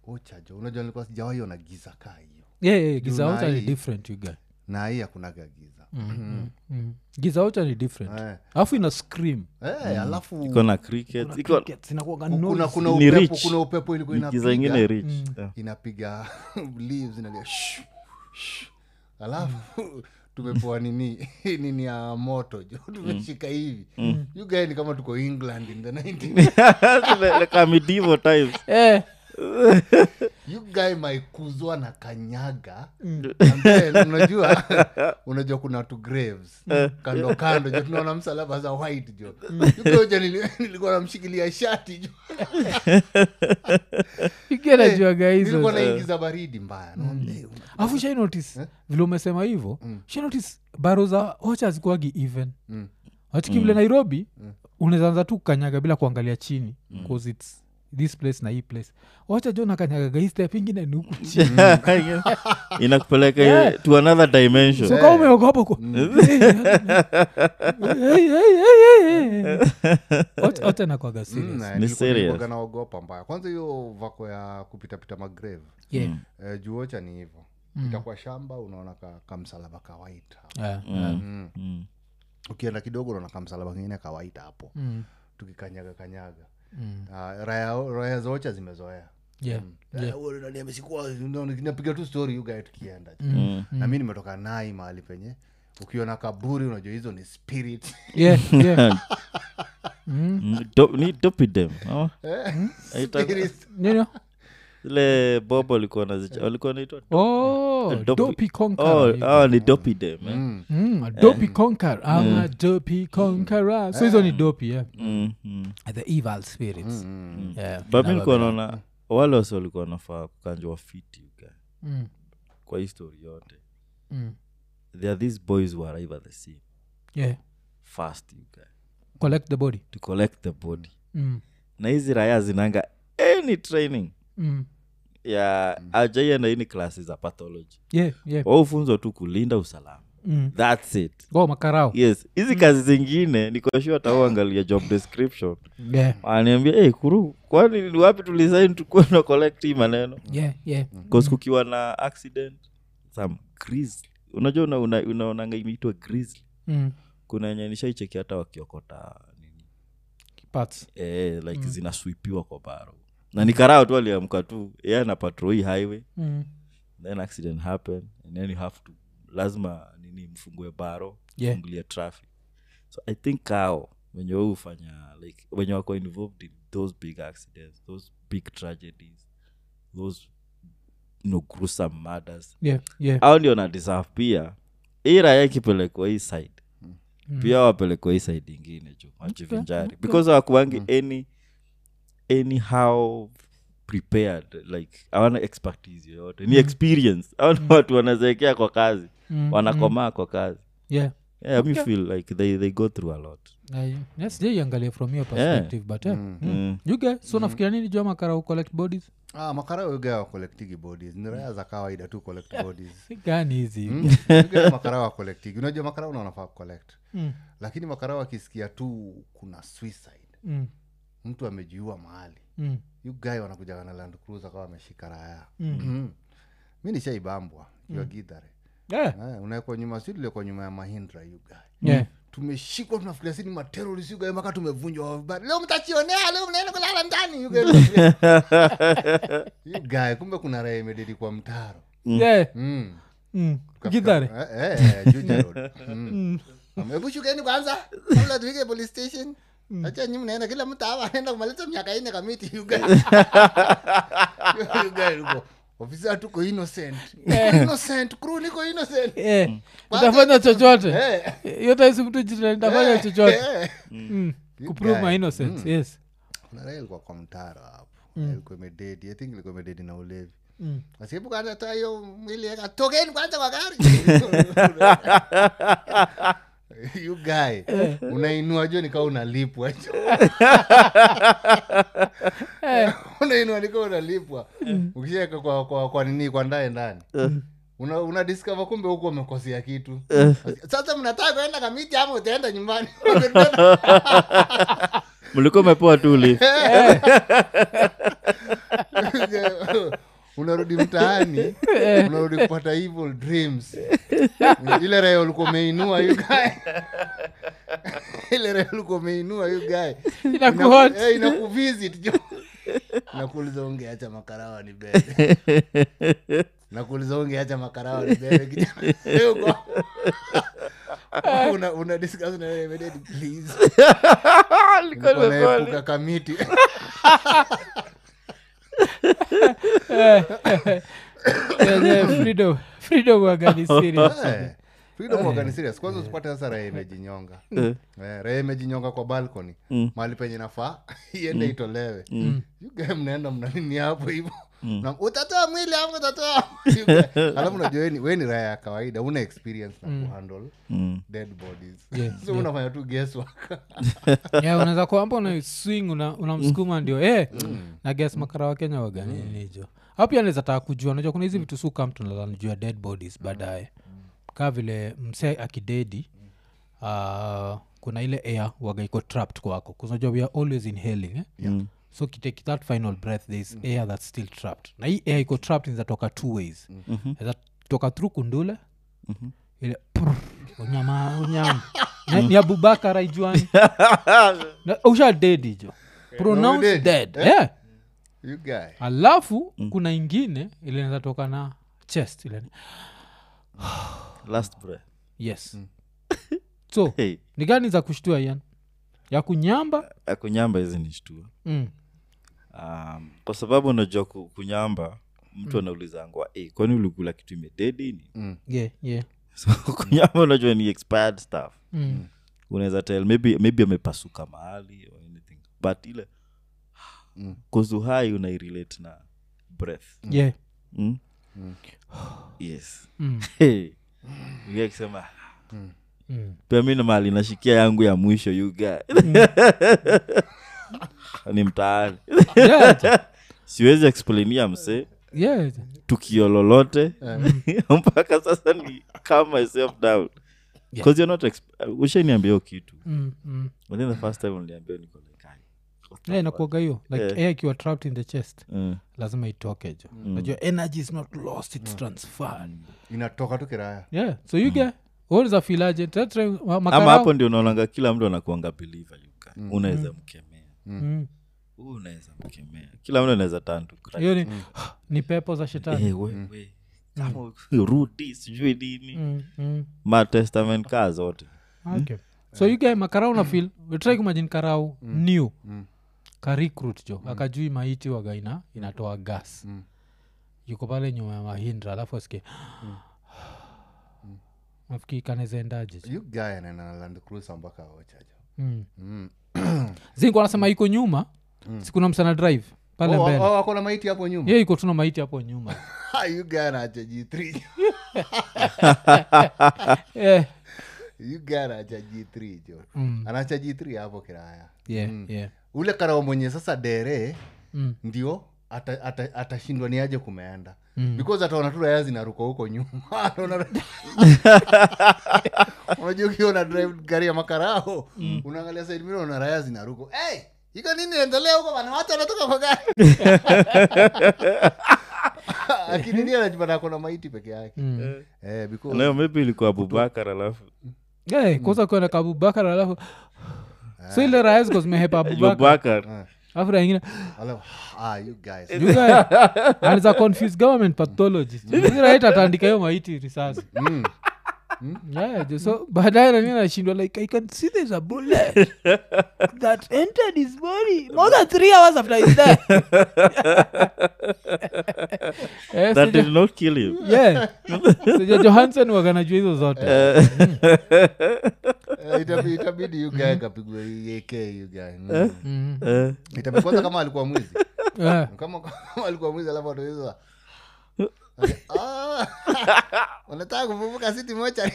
S4: ocha jo unajua nilikuwa sijawahi ona giza kaa hiyo
S1: Yeah, yeah, giza
S4: Juu na
S1: ocha ni
S4: hii-
S1: different you guy.
S4: na hii hakunaga giza
S1: Mm. giza ocha ni different
S4: Eh,
S1: alafu ina scream
S4: eh, alafu
S3: Mm. iko na cricket iko
S1: zinakuwaga
S4: kuna, kuna,
S3: Ni
S4: upepo,
S3: rich.
S4: kuna upepo ilikuwa
S3: ni giza ingine
S4: inapiga
S3: rich
S1: Mm.
S3: Yeah.
S4: inapiga leaves inalia shh, shh. alafu tumepoa nini nini ya moto jo
S3: Mm.
S4: tumeshika hivi you guy ni kama tuko england in the 19
S3: Like- like a medieval times
S1: Eh,
S4: you guy maikuzwa na kanyaga And then, unajua unajua kuna two graves kando kando jo tunaona msalaba za white jo You guy uja nili- nilikuwa namshikilia shati jo
S1: ikiwa najuaga hizo
S4: nilikuwa naingiza baridi mbaya naona, eh,
S1: alafu shainotis vile umesema hivo shainotis baro za ocha zikuagi even
S4: Mm.
S1: achiki vile nairobi unawezaanza tu kukanyaga bila kuangalia chini cause its this place na hii place wacha jo nakanyagaga hii step ingine ni huku chini
S3: inakupeleka ile- to another dimension
S1: so kama umeogopa ku-
S4: Mm.
S1: Hey, hey, hey, hey, hey, hey. Ocha- ocha nakwaga serious.
S4: Mm, na
S3: Ni
S4: nilikuwa-
S3: serious.
S4: nilikuwaga naogopa mbaya kwanza hiyo vako ya kupitapita magrave
S1: Yeah.
S4: eh, juocha ni hivo mm. itakuwa shamba unaona ka- kamsalaba ka white hapo.
S1: Yeah.
S4: Mm. ukienda kidogo unaona kamsalaba kengine ka white hapo
S1: Mm,
S4: tukikanyaga kanyaga
S1: mm,
S4: Ah, raya raya za ocha zimezoea
S1: yeah.
S4: Eh, wewe unaniambia sikuwa- unaona, napiga tu story you guy tukienda
S1: Mm,
S4: na mi nimetoka nai mahali penye ukiona kaburi unajua hizo ni spirit Mm.
S1: Yeah, yeah. Mm.
S3: Mm, do- ni dopidem
S4: Eh, Spirit.
S1: You know?
S3: zile bob walikuwa nazicha walikuwa naitwa
S1: Oh,
S3: Dopi-
S1: Dopey
S3: oh,
S1: Conqueror.
S3: oh, ni dopide mm.
S4: Mm.
S1: Mm, Dopey Conqueror. I'm a Dopey Conqueror. So hizo ni Dopey, yeah.
S3: mm, mm.
S1: Ah, The evil
S4: mm,
S1: spirits. Yeah,
S3: but mi
S1: na
S3: nilikuwa
S1: babe-
S3: naona wale wasi walikuwa wanafaa kukanjwa fiti uga
S1: Mm,
S3: kwa histori yote
S1: mm.
S3: there are these boys who arrive at the scene
S1: Yeah.
S3: fast you guy,
S1: collect the body
S3: to collect the body
S1: mm.
S3: na hizi raya zinanga any training
S1: Mm.
S3: ya ajaienda ini klasi za pathology
S1: Yeah, yeah.
S3: waufunzwa tu kulinda usalama
S1: Mm.
S3: thats it
S1: go makarao
S3: yes hizi kazi zingine nikoshua tauangalia job description
S1: yeah.
S3: aniambia hey, kuru kwani ni wapi tulisaini tukuwa na collect hii maneno
S1: Yeah, yeah.
S3: bcause kukiwa na accident some grizzly unajua una- una- unaonanga una, imeitwa grizzly
S1: Mm.
S3: kuna yenye nishaicheki hata wakiokota nini
S1: Parts.
S3: eh, like mm. zinaswipiwa kwa baro na ni karao tu aliamka tu yeye ana patroi highway
S1: Mm.
S3: then accident happen and then you have to lazima nini mfungue baro
S1: Yeah.
S3: mfungulie traffic so i think kao wenye wao hufanya like wenye wako involved in those big accidents those big tragedies those you know, gruesome murders
S1: Yeah, yeah.
S3: au ndio na deserve pia hii raya ikipelekwa hii side
S1: Mm,
S3: pia wapelekwa hii side ingine juu wajivinjari because hawakuwangi any anyhow prepared like hawana expertise yoyote ni experience hawana watu wanazeekea kwa kazi
S1: Mm,
S3: wanakomaa kwa kazi
S1: yeah.
S3: yeah, me feel like they, they go through a lot
S1: I- yes, sijaiangalia from your perspective but yeah. Mm.
S3: Mm.
S1: You guys, so nafikiria nini jua makarao collect bodies
S4: Ah, makarao ugaa wakolektigi bodies ni raya za kawaida tu collect bodies Mm.
S1: gani hizi
S4: Ugaa makarao wakolektigi unajua makarao naonafaa kucollect
S1: Mm,
S4: lakini makarao akisikia tu kuna suicide
S1: mm,
S4: mtu amejiua mahali
S1: mm,
S4: ugai wanakujaga na land cruiser kawa ameshika raya
S1: mm.
S4: mi nishaibambwa kiwa gidhare
S1: Yeah,
S4: Eh, unawekwa nyuma si tuliekwa nyuma ya mahindra ugai
S1: yeah.
S4: tumeshikwa tunafikiria si ni materorisi ugai mpaka tumevunjwa wabari leo mtachionea leo mnaenda kulala ndani ugai ugai kumbe kuna raya imededi kwa mtaro
S1: Yeah,
S4: mm.
S1: mm.
S4: Tukafika-
S1: gidhare
S4: Eh, eh, eh, Juja Road. Mm. hebu shukeni kwanza kabla tufike police station acha nyi mnaenda kila mtu hapa anaenda kumaliza miaka ine kamiti Uga. Uga yuko, ofisa tuko innocent innocent crew niko innocent
S1: Yeah. Eh. Nitafanya chochote
S4: Mm. Eh,
S1: yotaisi mtu jita nitafanya chochote
S4: eh. Mm.
S1: Mm. kuprove my innocence yes
S4: Kuna raha ilikuwa kwa mtaro hapo Yaani ilikuwa imededi i think ilikuwa imededi na ulevi
S1: Mm.
S4: asibu kwanza toa hiyo mwili eka tokeni kwanza kwa gari you guy unainua jo nikawa unalipwa Eh. unainua nikawa unalipwa ukishaweka kwa, kwa, kwa nini kwa ndae ndani
S3: Mm.
S4: una, una discover kumbe huku wamekosea kitu sasa mnataka kuenda kamiti ama utaenda nyumbani
S3: mlikuwa umepewa tu lift.
S4: unarudi mtaani unarudi kupata evil dreams ile raha ulikuwa umeinua you guy ile raha ulikuwa umeinua you guy
S1: Inakuhot.
S4: Inaku- eh, inakuvisit jo nakuuliza ungeacha makarawa ni bebe nakuuliza ungeacha makarawa ni bebe kijana Yuko. una, una discuss na wewe immediately, please Nilikuwa naepuka kamiti
S1: Yeah, yeah, freedom freedom waga ni serious
S4: Eh, freedom waga ni serious.
S1: eh.
S4: kwanza usipate sasa raha imejinyonga Eh, raha imejinyonga kwa balcony
S1: Mm.
S4: mahali penye nafaa iende itolewe You guy mnaenda mnanini hapo hivo
S1: Mm.
S4: Na- utatoa mwili ama utatoa You guy. alafu unajua we ni- we ni raha ya kawaida una experience na kuhandle
S3: Mm.
S4: dead bodies
S1: Yeah,
S4: so unafanya tu guesswork
S1: yeah, unaweza kuamba una swing una- unamsukuma una ndio eh,
S4: Mm.
S1: na gas makara wa kenya waganinijo au pia anaweza taka kujua unajua kuna hizi vitu suka mtu nalanijua dead bodies baadaye
S4: Mm.
S1: kaa vile mse akidedi uh, kuna ile air waga iko trapped kwako 'Cause unajua we are always inhaling eh?
S3: Mm.
S1: so kitake that final breath there is air that's still trapped na hii air iko trapped inzatoka two ways mm-hmm. toka through kundule ile prr, unyama unyama Ni- ni abubakar aijuani Na- usha dedi jo pronounce
S4: dead.
S1: dead yeah.
S4: You guy.
S1: alafu kuna ingine ilinaweza toka na chest ile ni-
S3: last breath
S1: yes so
S3: hey,
S1: ni gani za kushtua yan ya kunyamba
S3: akunyamba hizi nishtua
S1: mm.
S3: um, kwa sababu unajua ku- kunyamba mtu mm. anaulizangwa hey, kwani ulikula kitu imededini
S4: Mm.
S1: yeah, yeah.
S3: so kunyamba unajua ni expired stuff
S1: Mm.
S3: unaweza tell maybe maybe amepasuka mahali or anything but ile
S4: Mm.
S3: kuzuhai unairelate na breath
S1: Yeah.
S3: mm? yes
S1: Mm.
S3: Hey. Mgeni akisema
S1: Mm.
S3: pia mi na mali nashikia yangu ya mwisho yuga ni mtaani
S1: Yeah,
S3: siwezi explainia msee
S1: yeah.
S3: tukio lolote
S1: Eh.
S3: mpaka sasa ni calm myself down
S1: Yeah.
S3: 'Cause you're not exp- uh, ushaniambia hiyo kitu
S1: Mm, mm.
S3: But then the first time uliniambia niko like, "Ai, what
S1: Yeah,
S3: the fuck?"
S1: inakuaga hiyo like
S3: Yeah. Mm.
S1: air ikiwa trapped in the chest
S3: Eh,
S1: lazima itoke jo najua energy is not lost its
S3: Mm.
S1: transferred
S4: inatoka tu kiraya
S1: yeah so you get olza filaje tetre ma-
S3: ama
S1: makarao
S3: hapo ndio unaonanga kila mtu anakuanga believer you guy. unaweza mkemea
S1: Mm.
S3: Huyu unaweza mkemea kila mtu anaweza turn to cry.
S1: hiyo ni ni pepo za shetani
S3: Eh, wewe kama rudi sijui nini
S1: Mm, mm.
S3: ma testament kaa zote
S1: Okay. so you guy makarau na fil try kumajini karau
S3: Mm.
S1: new karicrut jo akajui maiti waga ina inatoa gas
S3: Mm.
S1: yuko pale nyuma ya mahindra alafu asike
S3: Mm.
S1: nafikiri kanaezaendaje jo
S4: you guy anaenda na land cruiser mpaka aochajo
S1: Mm. zingu anasema iko nyuma sikuna msana drive
S4: Oh,
S1: pale mbele
S4: wako na maiti hapo nyuma
S1: ye iko tuna maiti hapo nyuma
S4: Ha, you guy anaacha G3.
S1: Eh,
S4: You guy anaacha G3 jo
S1: Mm.
S4: anaacha G3 hapo kiraya
S1: yeah, yeah.
S4: ule karao mwenye sasa dere
S1: Mm.
S4: ndio atashindwa ata, ata atashindwa ni aje kumeenda
S1: Mm.
S4: because ataona tu raya zinaruka huko nyuma Anaona- unajua ukiwa una drive gari ya makarao
S1: Mm.
S4: unaangalia side mirror unaona raya zinaruka hey, iko nini endelea huko bana watu wanatoka kwa gari lakini ndiye anajipata akona maiti peke yake
S1: Mm.
S4: eh, because
S3: leo maybe ilikuwa abubakar alafu
S1: Eh, kwanza kuenda kwa abubakar alafu so ile raha ziko zimehepa abubakar
S3: abubakar
S1: alafu raha ingine
S4: alafu, ah, you guys
S1: you guys, anaweza confuse government pathologist Hizi right ataandika hiyo maiti risasi
S4: Mm.
S1: Yeah, jo- so baadaye nani anashindwa like i can see there's a bullet that entered his body more than three hours after he's dead Eh, so jo-
S3: that did not kill him
S1: yeah. So jo- johansen waganajua hizo zote
S4: Eh, itabidi- itabidi you guy kapigwe AK you guy Mm.
S1: Mhm.
S3: Mhm. Eh,
S4: Itabidi- kwanza kama alikuwa mwizi
S1: Yeah.
S4: kama kama alikuwa mwizi alafu ataweza Ah, unataka kuvuvuka siti mocha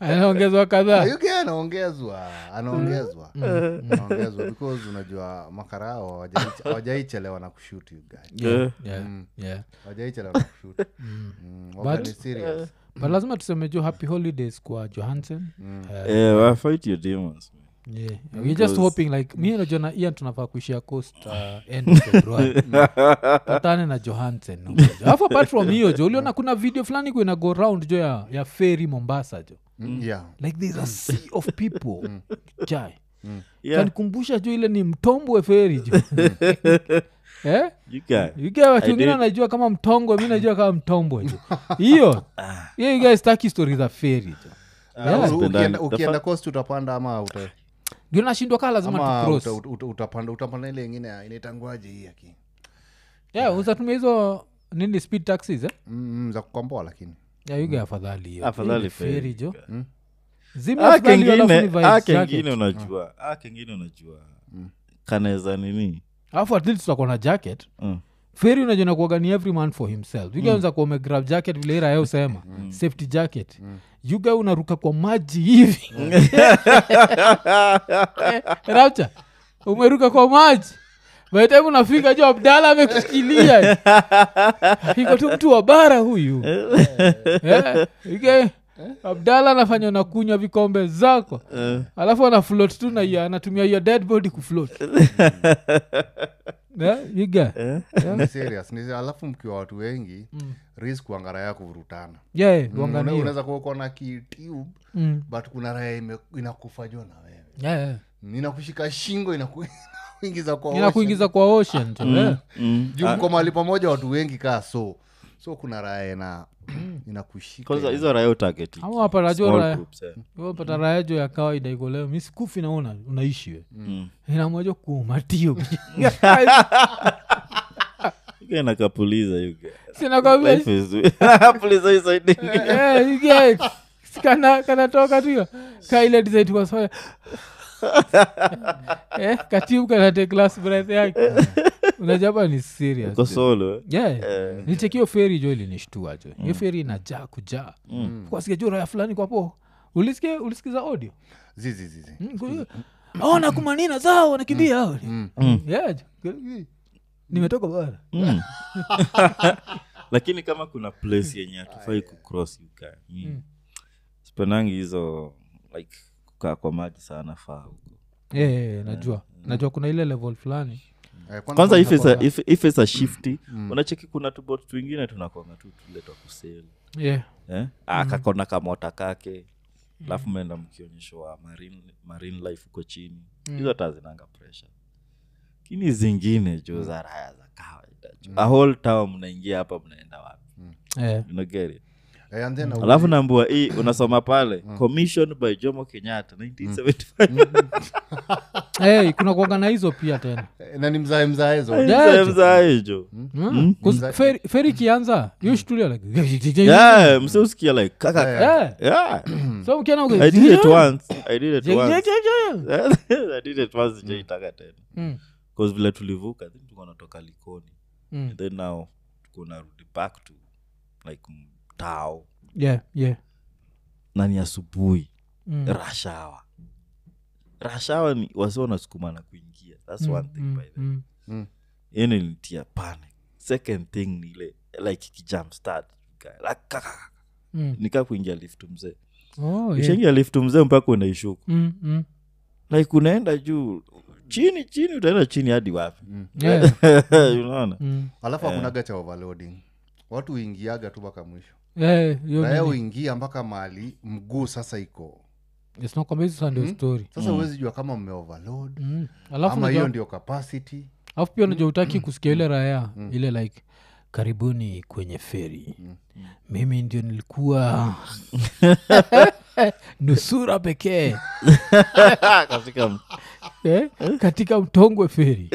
S1: anaongezwa kadhaa
S4: yuke anaongezwa anaongezwa
S3: Mm. Eh.
S4: anaongezwa because unajua makarao hawajai- hawajaichelewa na kushuti ugai
S1: Yeah, yeah, yeah.
S4: hawajaichelewa na kushuti Mm, waka
S1: But-
S4: ni
S3: Eh.
S4: serious.
S1: but lazima tuseme juu happy holidays kwa johansen Eh,
S3: eh, well, fight your demons man.
S1: yeah.
S4: Mm.
S1: We're just hoping like mi najua na ian tunafaa kuishia coast uh, end of February. patane na johansen huko jo. alafu apart from hiyo jo uliona kuna video fulani kuina go round jo ya, ya ferry mombasa jo
S4: Mm, yeah.
S1: like there's a sea of people jai
S3: Yeah,
S1: kanikumbusha jo ile ni mtombwe feri jo eh?
S3: you guy.
S1: Yuga watu
S3: I
S1: wengine
S3: did.
S1: wanajua kama mtongwe mi najua kama mtombwe jo hiyo hiyo yuga staki stori za feri jo
S4: Ah,
S3: Eh, Yeah.
S4: ukienda-
S3: The
S4: ukienda
S3: fact-
S4: coast utapanda ama uta-
S1: ndio nashindwa kaa lazima
S4: ama
S1: tucross
S4: uta- uta- utapanda utapanda ile ingine inaitangwaje hii aki
S1: yeah, uzatumia hizo nini speed taxis eh?
S4: Mm, za kukomboa lakini
S1: yeah, yuga afadhali hiyo
S3: Afadhali
S1: Hii ni
S3: feri,
S1: feri jo
S3: yuga.
S1: Zima
S3: Ah,
S1: afadhali hiyo, alafu ni
S3: kengine
S1: vibes Mm.
S3: ah,
S1: zake.
S3: kengine unajua ah, kengine unajua kanaweza nini
S1: alafu at least utakuwa na jacket
S3: Mm.
S1: feri unajua nakuaga ni every man for himself ugaanza kuwa umegrab jacket vile ira yao usema safety jacket yuga unaruka kwa maji hivi rapcha umeruka kwa maji baitaimu unafika juu abdala amekushikilia iko tu mtu wa bara huyu Eh, yuga- abdala anafanya unakunywa vikombe zako alafu ana float tu na hiyo anatumia hiyo dead body kufloat Eh, yuga
S4: ni serious ni alafu mkiwa watu wengi risk wanga raya kuvurutana
S1: yeah,
S4: Mm, una-
S1: tuangalie.
S4: unaweza kuwa uko na kitube
S1: Mm.
S4: but kuna raya ime- inakufa jua na wewe
S1: Yeah, yeah.
S4: inakushika shingo inaku- inakuingiza Ah. kwa
S1: Ina
S4: ocean.
S1: kuingiza kwa ocean tu, eh.
S3: Mm.
S4: juu mko mahali pamoja watu wengi kaa so so kuna raha ina inakushika
S3: kwanza hizo rayo target
S1: Ama waparajo raya.
S3: eh.
S1: pata raejo ya kawaida iko leo mi sikufi naona unaishi Eh, we
S3: Mm.
S1: inamwaja kuumatio
S3: Yuko inakapuliza yuko.
S1: sinakwambia
S3: Life is- puliza hizo idea.
S1: Eh, you get- kana- kanatoka tu kaile dizaitiwasoya eh, katibu kanate class breath yake unajaba ni serious
S3: Uko solo eh.
S1: yeah. nichekio feri jo ilinishtua jo hiyo feri inajaa kujaa mm. kwasikia jo raya fulani kwapo ulisikia ulisikiza audio
S4: zizi zizi
S1: Mm, kwa hiyo, aona kumanina zao wanakimbia hao. Yeah, jo. nimetoka bwana
S3: Mm. lakini kama kuna place yenye hatufai kucross uka mm. sipendangi hizo like kukaa kwa maji sana faa huko
S1: yeah, yeah, yeah, najua najua kuna ile level fulani
S4: Eh, kwanza
S3: kwanza if it's a-
S4: kwanza-
S3: if- if it's a shifty unacheki kuna tubot twingine tunakwanga tu tuletwa kuseli
S1: yeah.
S3: eh?
S1: Mm.
S3: Ah, kakona kamota kake alafu mnaenda mkionyeshwa marine, marine life huko chini
S1: Mm.
S3: hizo taa zinanga pressure lakini zingine
S1: Mm.
S3: juu za raya za kawaida juu a whole town mnaingia hapa mnaenda wapi
S1: Yeah.
S3: you know, get it?
S4: Eh, and then
S3: alafu naambua hii
S1: Mm.
S3: unasoma pale commissioned by jomo kenyatta 1975
S1: hey, kuna kuaga na hizo pia tena
S4: Eh, na ni mzae mzaezo
S1: Yeah,
S3: Mzee mzae jo
S1: Mm. 'Cause feri- feri ikianza hiyo shtulia like-
S3: yeah msiusikia like kaka
S1: Yeah.
S3: yeah
S1: so ukiona uko-
S3: i did it once i did it once
S1: Yeah.
S3: I did it once, sijaitaka tena
S1: Mm.
S3: 'Cause vile tulivuka then tulikuwa natoka likoni
S1: Mm.
S3: And then now tuko narudi back to like mtao
S1: Yeah, yeah.
S3: na ni asubuhi
S1: Mm.
S3: rashawa rashawa ni wasio wanasukuma na kuingia thats one thing
S1: Mm,
S3: by the
S1: mm.
S3: yani nitia panic second thing ni ile like kijam start
S1: Mm.
S3: nika kuingia lift mzee
S1: Oh, yeah.
S3: ushaingia lift mzee mpaka unaishuku
S1: Mm, mm.
S3: like unaenda juu chini chini utaenda chini hadi wapi
S1: Yeah.
S3: unaona
S1: Mm.
S4: alafu hakunaga cha overloading watu huingiaga tu mpaka mwisho
S1: Yeah, hiyo
S4: raya
S1: nini.
S4: huingia mpaka mahali mguu sasa iko
S1: It's not kwamba hizo sasa ndio story
S4: sasa huwezi jua kama mme overload
S1: Mm. Alafu
S4: ama
S1: unajua-
S4: hiyo ndio capacity
S1: alafu pia unajua utaki kusikia ile raya ile like karibuni kwenye feri mimi ndio nilikuwa nusura pekee
S3: katika m-
S1: eh, katika mtongwe feri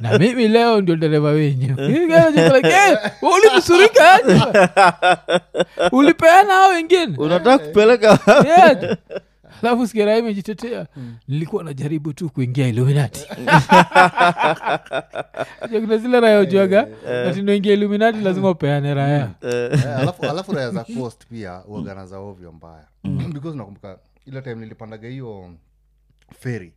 S1: na mimi leo ndio dereva wenyu Eh, ulinusurika ulipeana hao wengine
S3: unataka kupeleka
S1: Yeah. alafu sikira imejitetea
S4: Hmm.
S1: nilikuwa najaribu tu kuingia iluminati kuna zile raya ujuaga atindo ingia iluminati
S4: Hmm.
S1: lazima upeane raya
S4: Eh, alafu, alafu raya za coast pia huagana za ovyo mbaya
S1: Mm.
S4: because nakumbuka ile time nilipandaga hiyo feri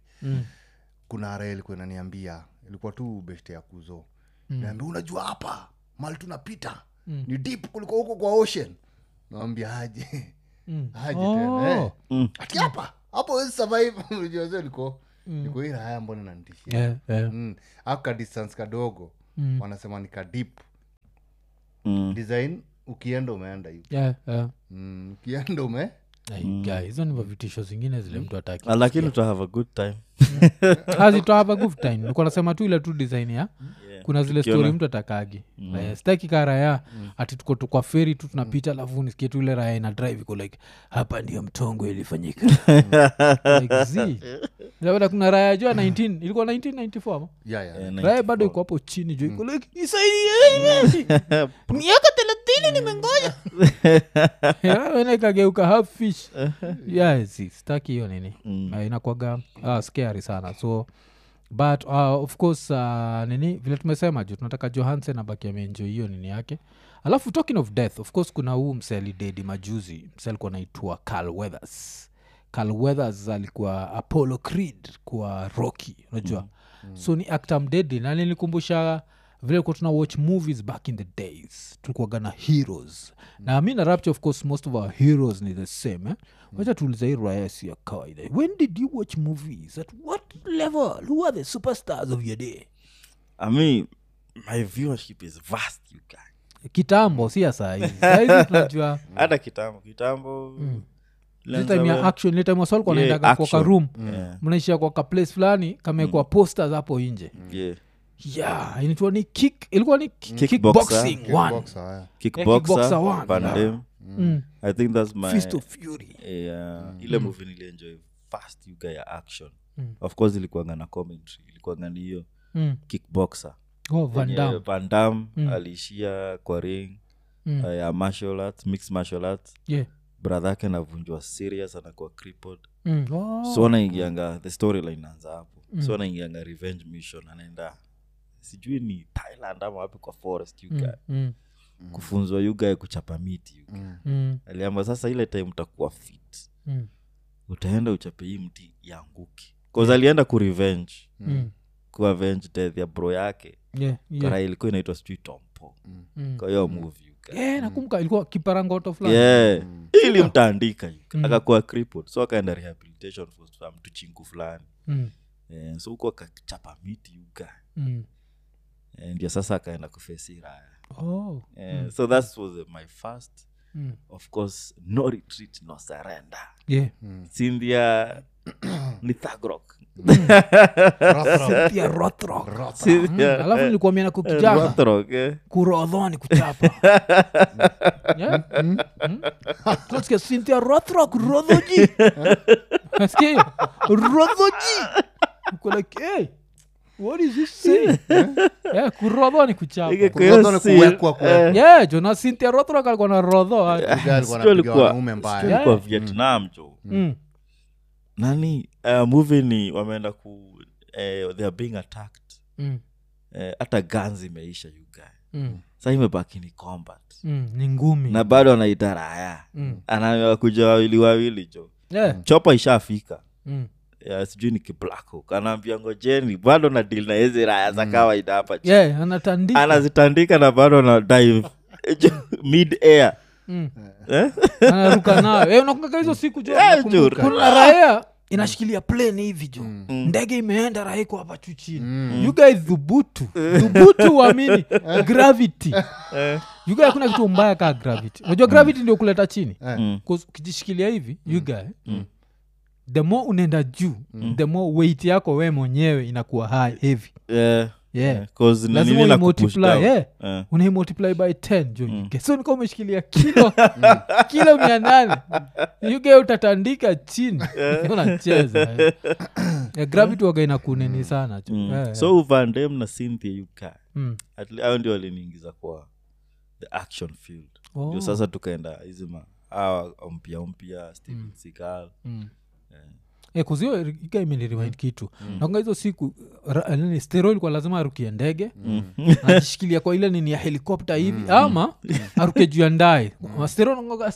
S4: kuna raya ilikuwa inaniambia ilikuwa tu beshte ya kuzo
S1: Mm. Hmm.
S4: naambia unajua hapa mali tunapita ni deep kuliko huko kwa ocean nawambia aje
S1: Hmm.
S4: aje Yaani, tena eh.
S1: Oh.
S4: ati hapa hapo wezi survive Unajua sio niko niko hii raya mbona inanitishia
S1: Mm. Hmm. Yeah, yeah.
S4: mm. au ka distance kadogo
S1: Hmm.
S4: wanasema ni ka deep
S3: Mm.
S4: design ukienda umeenda hivi
S1: Yeah, yeah.
S4: mm. ukienda ume
S1: Ay, guy, hizo ni mavitisho zingine zile
S4: Hmm.
S1: mtu ataki
S3: Ah, lakini uta have a good time
S1: hazitohava good time nilikuwa nasema tu ile tu design ya
S3: Yeah.
S1: kuna zile
S3: Tukiona-
S1: story mtu atakagi mm. sitaki ka raya ati tuko tu kwa feri tu tunapita alafu nisikie tu ile raya ina drive iko like hapa ndiyo mtongo ilifanyika like, zi. Labda kuna raya jua 19 ilikuwa 1994 ama?
S4: ya ya
S3: Eh,
S1: raya bado iko hapo chini juu iko like nisaidie miaka thelathini nimengoja Yeah, wena ikageuka half fish yeah, si, sitaki hiyo nini uh, inakwaga uh, scary sana so but uh, of course uh, nini vile tumesema juu tunataka johansen abaki ameenjoi hiyo nini yake alafu talking of death of course kuna huu mselidedi majuzi mselikuwa naitwa carl weathers carl weathers alikuwa apollo creed kwa rocky unajua so ni actor mdedi na nilikumbusha vile kuwa tuna watch movies back in the days tulikuwaga na heroes na mi na rapture of course most of our heroes ni the same eh? wacha tuuliza hii raya si ya kawaida when did you watch movies at what level who are the superstars of your day
S3: I mean, my viewership is vast you guys.
S1: kitambo si ya sahizi sahizi tunajua
S3: hata kitambo kitambo
S1: Mm. time ya action ile time wasol
S3: Yeah, Mm.
S1: kwanaendaga kwa ka
S3: action.
S1: room
S3: Yeah.
S1: mnaishia kwa ka place fulani kamekwa posters hapo inje yeah ilikuwa ni kick ilikuwa ni ki-
S3: Kickboxer.
S1: kickboxing one
S4: Kickboxer, yeah.
S1: kickboxer
S3: kickboxer
S1: one,
S3: Van
S1: yeah.
S3: Damme.
S4: Hmm,
S1: Mm.
S3: i think that's my
S1: fist of fury
S3: yeah, ile movie nilienjoy fast you ya action
S1: Mm.
S3: of course ilikuanga na commentary ilikuanga ni hiyo
S1: mm.
S3: kickboxer
S1: oh, Van Damme.
S3: Yenye Van Damme
S1: Mm.
S3: aliishia kwa ring
S1: Mm.
S3: uh, ya martial arts, mixed martial arts
S1: yeah.
S3: brother yake anavunjwa serious anakuwa crippled
S1: mm. oh. Mm.
S3: so anaingianga the storyline inaanza hapo so anaingianga revenge mission anaenda sijui ni thailand ama wapi kwa forest you guy.
S1: mm.
S4: hmm.
S3: kufunzwa yugae kuchapa miti you guy.
S1: Mm.
S3: aliamba sasa ile time utakuwa fit
S1: Mm.
S3: utaenda uchape hii mti yanguki bcause alienda kurevenge
S1: Mm.
S3: kuavenge death ya bro yake
S1: yeah. yeah.
S3: yeah. ilikuwa inaitwa sijui tompo
S1: Mm.
S3: kwa hiyo movie you guy.
S1: Eh, nakumbuka ilikuwa kiparangoto fulani
S4: Eh.
S3: yeah. ili mtaandika you guy.
S1: Mm.
S3: akakuwa crippled so akaenda rehabilitation for some tuchinku fulani
S1: Mm.
S3: Eh, so huko akachapa miti uga
S1: Mm.
S3: Eh, ndio sasa akaenda kufesi raya
S1: Oh.
S3: Eh,
S4: Hmm.
S3: so that was uh, my first
S1: Mm.
S3: of course no retreat no surrender
S1: Yeah.
S3: cynthia ni thagrock
S4: Rough, rough.
S1: Pia Rothrock. Mm,
S3: Cynthia-
S1: alafu nilikuambia na kukichapa
S3: Rothrock, eh.
S1: kurodhoni kuchapa Yeah? Mm. Tunasikia Cynthia Rothrock, Rodhoji. Unasikia hiyo? Rodhoji. Uko like, hey, what is this saying? Eh, kurodhoni
S4: Ah,
S1: kuchapa
S3: Kwa hiyo
S4: Kurodhoni
S3: scene,
S4: kuwekwa, kuwekwa.
S3: eh,
S1: yeah jona Cynthia Rothrock alikuwa na rodho wake.
S4: Guy alikuwa
S3: sijui
S4: anapiga
S3: alikuwa-
S4: wanaume
S3: sijui
S4: mbaya Hmm.
S1: Yeah.
S3: alikuwa vietnam jo
S1: Mm.
S3: nani uh, movie ni wameenda ku eh, they are being attacked
S1: Mm.
S3: Eh, hata guns imeisha uga
S1: Mm.
S3: sa imebaki ni combat
S1: Mm. ni
S4: Hmm.
S1: ngumi
S3: na bado anaita raya
S1: Mm.
S3: anakuja wawili wawili jo
S1: Yeah.
S3: chopa ishafika
S1: Mm.
S3: Ya, sijui ni kiblako anaambia ngojeni bado na dil na hizi raya za kawaida hapa chini.
S1: Mm. Yeah, anatandika
S3: anazitandika na bado na dive mid air
S1: Mm. anaruka nayo Eh, unakumbuka hizo siku jo
S3: Eh,
S1: Nakumbuka.
S3: jo.
S1: kuna raia inashikilia plane hivi jo
S4: Hmm.
S1: ndege imeenda raia iko hapa juu chini
S3: Mm.
S1: you guys dhubutu dhubutu uamini
S3: Eh.
S1: gravity you guys kuna kitu mbaya kaa gravity unajua gravity ndio kuleta chini
S4: Eh.
S3: Mm.
S1: 'Cause ukijishikilia hivi you guy the more unaenda juu
S3: Mm.
S1: the more weight yako we mwenyewe inakuwa high heavy
S3: Eh,
S1: yeah,
S3: eh, 'cause nini
S1: lazima
S3: ina kupush
S1: uimultiply,
S3: down.
S1: eh.
S3: Eh.
S1: unaimultiply by 10 jo mm. so nika umeshikilia kilo
S3: Mm.
S1: kilo mia nane yuge utatandika chini unacheza eh. Eh, gravity waga inakunini sana jo
S3: Mm.
S1: Eh,
S3: so uvandem na cynthia uka
S1: mm.
S3: At le- hao ndio waliniingiza kwa the action field
S1: Oh.
S3: ndio sasa tukaenda hizi ma awa mpya mpya steven Seagal.
S1: Mm. Eh, kuzio iga
S3: Mm.
S1: imeniriwind kitu nakunga hizo siku ra- eh, nini, steroid ilikuwa lazima arukie ndege
S3: Mm.
S1: anajishikilia kwa ile nini ya helikopta hivi ama
S3: Mm.
S1: aruke juu ya ndae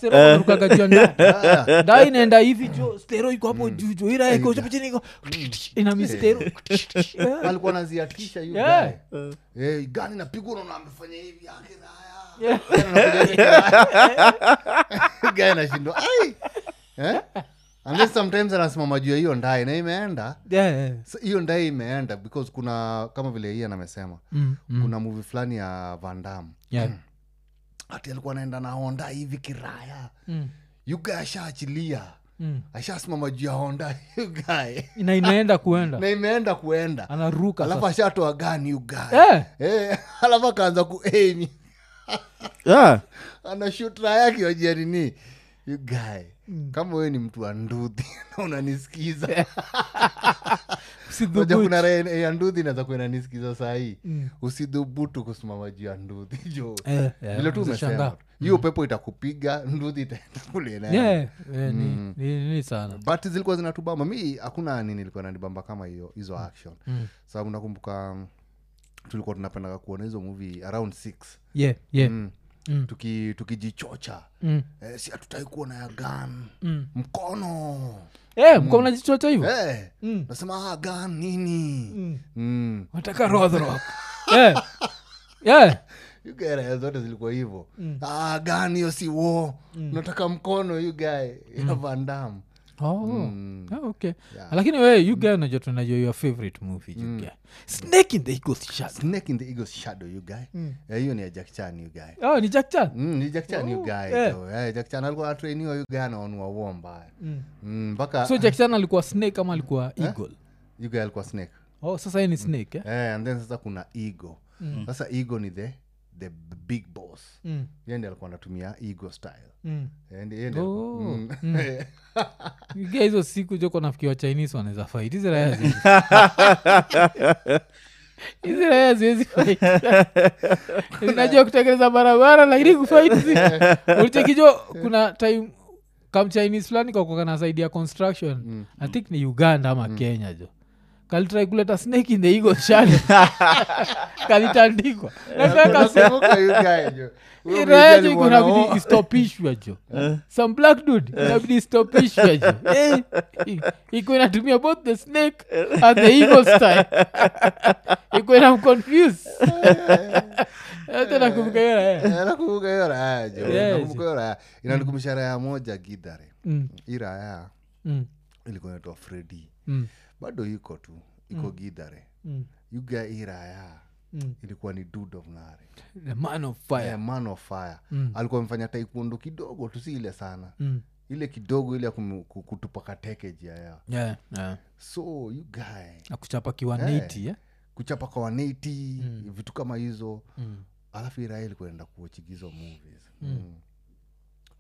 S3: Eh.
S1: arukaga juu ya
S4: Ah,
S1: ndae ndae inaenda hivi jo stero iko
S4: Mm.
S1: hapo juu jo ila iko hapo chini iko ina mistero Yeah.
S4: alikuwa anaziatisha yu
S1: Yeah.
S4: guy. Eh, gani napigwa unaona amefanya hivi ah, yake
S1: Yeah.
S4: raya ah, anashindwa "Ai." Eh? Unless sometimes anasimama juu ya hiyo ndae na imeenda
S1: Yeah, yeah.
S4: So, hiyo ndae imeenda because kuna kama vile ian amesema
S1: Mm, mm.
S4: kuna muvi fulani ya vandam
S1: Yeah.
S4: ati alikuwa anaenda na honda hivi kiraya
S1: Mm,
S4: yugae ashaachilia
S1: mm.
S4: ashasimama juu ya honda yugae
S1: na inaenda kuenda
S4: na imeenda kuenda
S1: anaruka
S4: alafu
S1: sasa.
S4: ashatoa gani ugae
S1: Eh,
S4: eh, alafu akaanza kuami
S3: Yeah.
S4: anashutla yake wajiarini ugae
S1: Mm.
S4: kama wewe ni mtu wa nduthi
S1: Eh,
S4: na unanisikiza Unajua
S1: usidhubutu.
S4: kuna raha ya nduthi inaweza kuwa inanisikiza sahii
S1: Mm.
S4: usidhubutu kusimama juu ya nduthi jo
S1: Eh, eh,
S4: vile tu
S1: unashangaa.
S4: umesema hiyo pepo itakupiga nduthi itaenda kule nayo.
S1: Mm. Yeah, eh, ni-
S4: Mm.
S1: ni- ni sana
S4: but zilikuwa zinatubamba mi hakuna nini ilikuwa nanibamba kama hiyo hizo action
S1: Mm.
S4: sababu nakumbuka mm, tulikuwa tunapendaga kuona hizo movie around six
S1: Yeah, yeah.
S4: mm.
S1: Mm.
S4: Tuki- tukijichocha
S1: Mm,
S4: eh, si hatutai kuona ya gan
S1: mm.
S4: mkono
S1: Eh, mko mnajichocha hivyo
S4: Mm. eh.
S1: Mm.
S4: nasema ah, gan nini
S1: Mm.
S4: mm.
S1: nataka Rothrock. yeah. Yeah.
S4: ugae zote zilikuwa hivo mm. ah, gan hiyo si wo mm. nataka mkono ugae mm. vandam
S1: Oh.
S4: Mm.
S1: Ah, okay.
S4: Yeah.
S1: lakini we you guy unajua tunajua your favorite movie you guy. snake in the eagles shadow
S4: snake in the eagles shadow ugae mm. eh, hiyo ni ya jakchan ugae
S1: oh, ni jack chan
S4: Mm, ni Jack Chan
S1: Oh,
S4: yu guy
S1: eh.
S4: though. Eh, Jack Chan alikuwa anatrainiwa yu guy anaonua uo mbaya. Mm, mpaka
S1: so jack chan alikuwa snake ama alikuwa eagle
S4: yu guy alikuwa snake
S1: oh sasa hii ni snake eh?
S4: eh, and then sasa kuna ego
S1: Mm.
S4: sasa ego ni the the b- big boss
S1: mm.
S4: yeye ndiye alikuwa anatumia ego style
S1: mm.
S4: Eh, ndi- yeye ndiye
S1: Oh,
S4: alikuwa- mm.
S1: Ingia hizo siku joko nafikiri wa chinese wanaweza fight hizi raya zi- hizi raya ziwezi fight zinajua kutengeneza barabara lakini kufight zi- ulichekijua kuna time kam chinese fulani kakokanasaidia construction mm. i think ni uganda ama mm. kenya jo kalitrai kuleta snake in the ego shale kalitandikwa nakaka
S4: Nakumbuka huyu guy, jo. Huyo mzee
S1: iraaje
S4: nilimwona,
S1: kunabidi
S4: oh.
S1: istopishwa jo some black dud inabidi istopishwa jo Eh, i- iko inatumia both the snake and the eagle style iko ina mconfuse hata nakumbuka hiyo raya
S4: Eh, nakumbuka hiyo raha, jo.
S1: Yeah,
S4: Nakumbuka hiyo raha. inanikumbusha raha moja gidhare
S1: Mm,
S4: hii raha
S1: mm,
S4: ilikuwa inaitwa fredi
S1: mm,
S4: bado iko tu iko gidhare
S1: mm,
S4: yuga hii raha
S1: mm.
S4: ilikuwa ni dude of nare
S1: the man of fire
S4: Eh, man of fire
S1: Mm.
S4: alikuwa amefanya taikundo kidogo tu si ile sana
S1: Mm,
S4: ile kidogo ile ya kumu- ku- kutupa kateke jia yao
S1: yeah, yeah.
S4: so you guy
S1: na kuchapa kiwa 180, eh?
S4: kuchapa kwa waneti mm. vitu kama hizo
S1: Mm,
S4: alafu iraeli kuenda kuochigizo movies mm.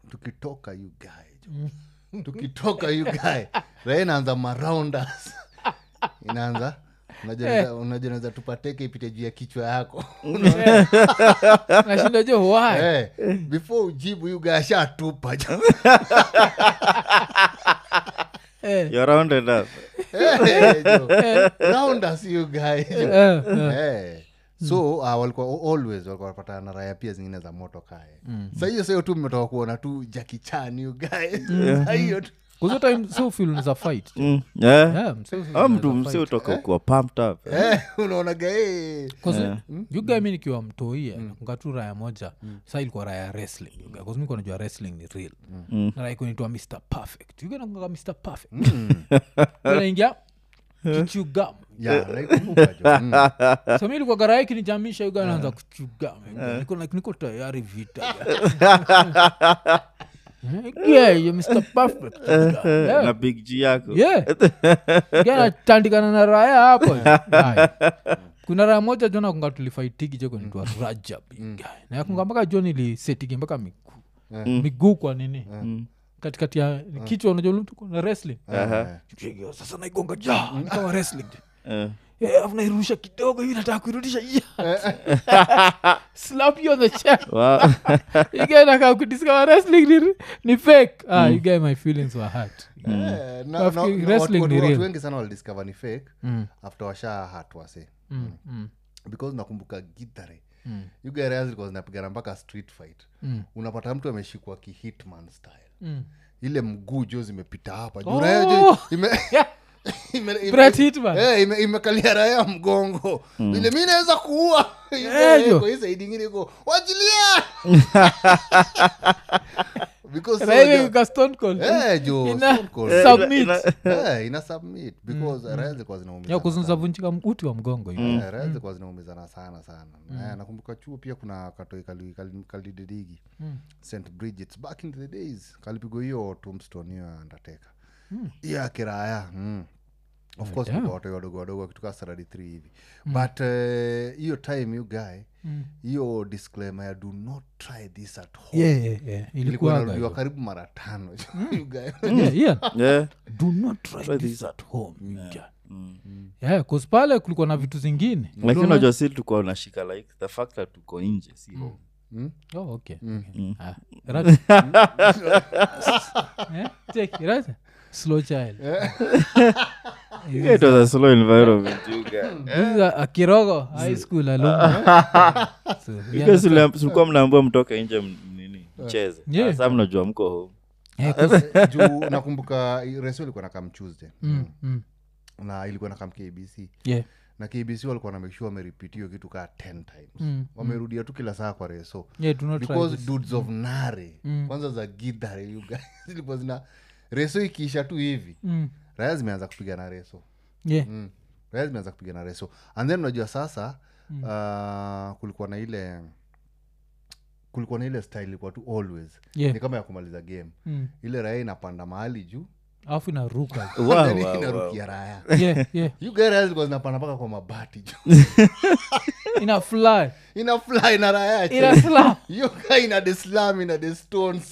S4: tukitoka you guy jo. Hmm. tukitoka you guy raha inaanza maraundas inaanza Eh. unajoneza tupateke ipite juu ya kichwa yako
S1: Eh. nashinda jo why?
S4: Eh, before ujibu yuga ashatupa jo.
S1: Eh,
S3: You're rounded up.
S4: Eh, jo. Rounders, you guy, jo.
S1: eh, eh.
S4: Eh, so uh, walikuwa always walikuwa wanapata na raya pia zingine za moto kae mm. sahiyo sahiyo tu mmetoka kuona tu jakichan ugae sahiyo tu
S1: Kuzo time so feel unaweza fight
S3: Mm, yeah.
S1: Yeah, mse feel
S3: Ah, mtu
S1: unaweza
S3: msi
S1: fight.
S3: utoka kuwa pumped up eh.
S4: Eh, unaona gae
S1: 'Cause yuga mi nikiwa mtoia nakumbuka tu raya moja saa ilikuwa raya ya wrestling yuga kause mikuwa najua wrestling ni real na raya kunitwa mr perfect yuga nakumbuka mr perfect naingia kichugam
S4: ya naikumbuka jo Mm.
S1: so mi ilikuwa gara yake nichamisha yuga naanza kuchugam niko like niko tayari vita yeah, yeah, mr perfect
S3: Uh-huh.
S1: yuga. Yeah.
S3: Eh, na big g yako
S1: Yeah. Gana tandikana na raya hapo Aye. kuna raya moja jona kunga tulifaitigi jekonitwa rajab nakunga mpaka jo nilisetigi mpaka miguu miguu kwa nini
S3: Eh. Mm.
S1: katikati ya kichwa unajolmtukuna wrestling
S4: Eh,
S1: Kigo, sasa naigonga ja nikawa wrestling
S3: Eh.
S1: Eh, afu nairusha kidogo hivi nataka kuirudisha yeah. slap you on the chair
S3: Wow.
S1: iganaka kudiscover wrestling ni, ni fake ah, you guy my feelings were hurt
S4: eh, na- na- na
S1: Nafikiri wrestling
S4: watu-
S1: ni
S4: watu-
S1: real.
S4: watu wengi sana walidiscover ni fake
S1: Hmm.
S4: after washa hatwase
S1: mm, mm.
S4: because nakumbuka githare ugae zilikuwa zinapigana mpaka street fight unapata mtu ameshikwa kihitman style
S1: Mm.
S4: ile mguu jo zimepita hapa
S1: Oh!
S4: juu raya jo ime-
S1: Yeah.
S4: ime- ime-
S1: Brett Hitman.
S4: Eh, ime- imekalia raya mgongo ile mi naweza kuua
S1: Eh, jo.
S4: Kwa hii saidi ingine iko wachilia Because
S1: Sasa hivi
S4: so, jo-
S1: uka Stone Cold.
S4: Eh, jo,
S1: Ina-
S4: Stone Cold.
S1: submit.
S4: Eh, ina submit because
S1: Hmm.
S4: raya zilikuwa zinaumizana
S1: ya kuzunza
S4: sana.
S1: vunjika uti wa mgongo hivi.
S4: Eh, raya zilikuwa zinaumizana sana sana
S1: Mm.
S4: Eh, nakumbuka chuo pia kuna katoi kali- kali- kalididigi
S1: Mm.
S4: st bridgets back in the days kalipigwa hiyo tombstone hiyo ya undertaker hiyo ya kiraya mm. of course
S1: Mm. Oh, damn. Mm.
S4: mko watoi wadogo wadogo wakituka saradi 3 hivi but eh, hiyo time you guy hiyo disclaimer ya do not try this at home
S1: Yeah, yeah, yeah.
S4: ilikuwa
S1: Ilikuwaga Mm. hivyo.
S4: inarudiwa karibu mara tano you guy.
S1: Yeah, yeah.
S3: Yeah.
S4: Mm.
S1: Do not try this at home, Ninja. Yeah, 'cause pale kulikuwa na vitu zingine
S4: Mm.
S3: lakini unajua si tulikuwa unashika like the fact that tuko nje
S1: Mm.
S3: si home.
S1: oh, okay.
S4: Mm.
S1: Ah, Rata. Eh, check, Rata. slow child
S4: Eh.
S3: Yeah, it was a slow environment you guys.
S4: Eh.
S1: This is a- a kirogo high school alone. So, yeah,
S3: Because ulia- tulikuwa mnaambua mtoke nje m- nini mcheze
S1: Yeah.
S3: Ah, saa mnajua mko home
S1: eh, 'cause-
S4: juu nakumbuka reso ilikuwa na kam tuesday
S1: mm, mm.
S4: na ilikuwa na kam kbc
S1: Yeah.
S4: na kbc walikuwa na make sure wameripiti hiyo kitu kaa 10 times
S1: Mm,
S4: wamerudia tu kila saa kwa reso
S1: Yeah, do not try
S4: because
S1: this. Mm.
S4: dudes of nare kwanza za gidhare you guys, zilikuwa zina reso ikiisha tu hivi
S1: Mm,
S4: raya zimeanza kupigana reso
S1: yeah.
S4: mm. raya zimeanza kupigana reso and then unajua sasa
S1: Mm.
S4: ah, kulikuwa na ile kulikuwa na ile style ilikuwa tu always
S1: Yeah.
S4: ni kama ya kumaliza game
S1: Mm.
S4: ile raya inapanda mahali juu
S1: alafu inaruka
S3: Wow,
S4: Yaani
S3: wow, wow.
S4: inarukia raya
S1: yeah, yeah.
S4: You guys zilikuwa zinapanda mpaka kwa mabati juu
S1: ina fly
S4: ina fly na raya
S1: ina
S4: chini.
S1: fly
S4: Hiyo guy ina the slam ina the stones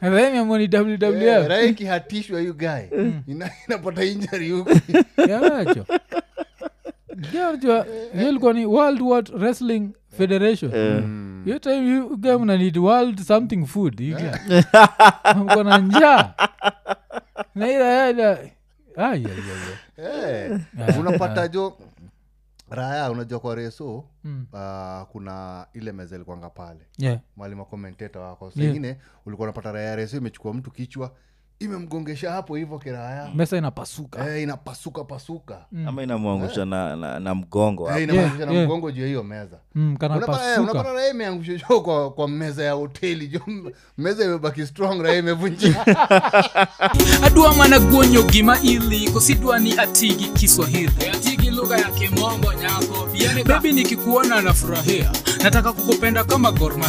S1: Remember ni
S4: Yeah,
S1: WWF
S4: raya ikihatishwa hiyo guy
S1: Mm.
S4: ina- inapata injury Eh. huku
S1: yacho ilikuwa ni world What wrestling federation
S3: Eh,
S1: hiyo time you guy mnanid world something food you guy. Mko na njaa na ila yada Ai, ai, ai, ai.
S4: Eh,
S1: Yeah.
S4: unapata jo raya unajua kwa reso
S1: Mm.
S4: ah, kuna ile meza ilikwanga pale
S1: Yeah.
S4: mali makomenteta wako
S1: Yeah.
S4: sengine ulikuwa unapata raya ya reso imechukua mtu kichwa imemgongesha hapo hivyo kiraya
S1: mesa inapasuka
S4: eh, inapasuka pasuka
S3: ama inamwangusha na, na, na mgongo hapo.
S4: Eh, inamaanisha
S1: Yeah,
S4: na
S1: yeah.
S4: mgongo juu ya hiyo meza
S1: Mm,
S4: Unapata- eh, unapata
S1: kanapasuka
S4: raha imeangushwa juu kwa, kwa meza ya hoteli jo meza imebaki strong raha imevunjika
S2: adwa managuonyo gima ili kosidwa ni atigi kiswahili atigi lugha ya kimombo nyako bebi nikikuona nafurahia nataka kukupenda kama gorma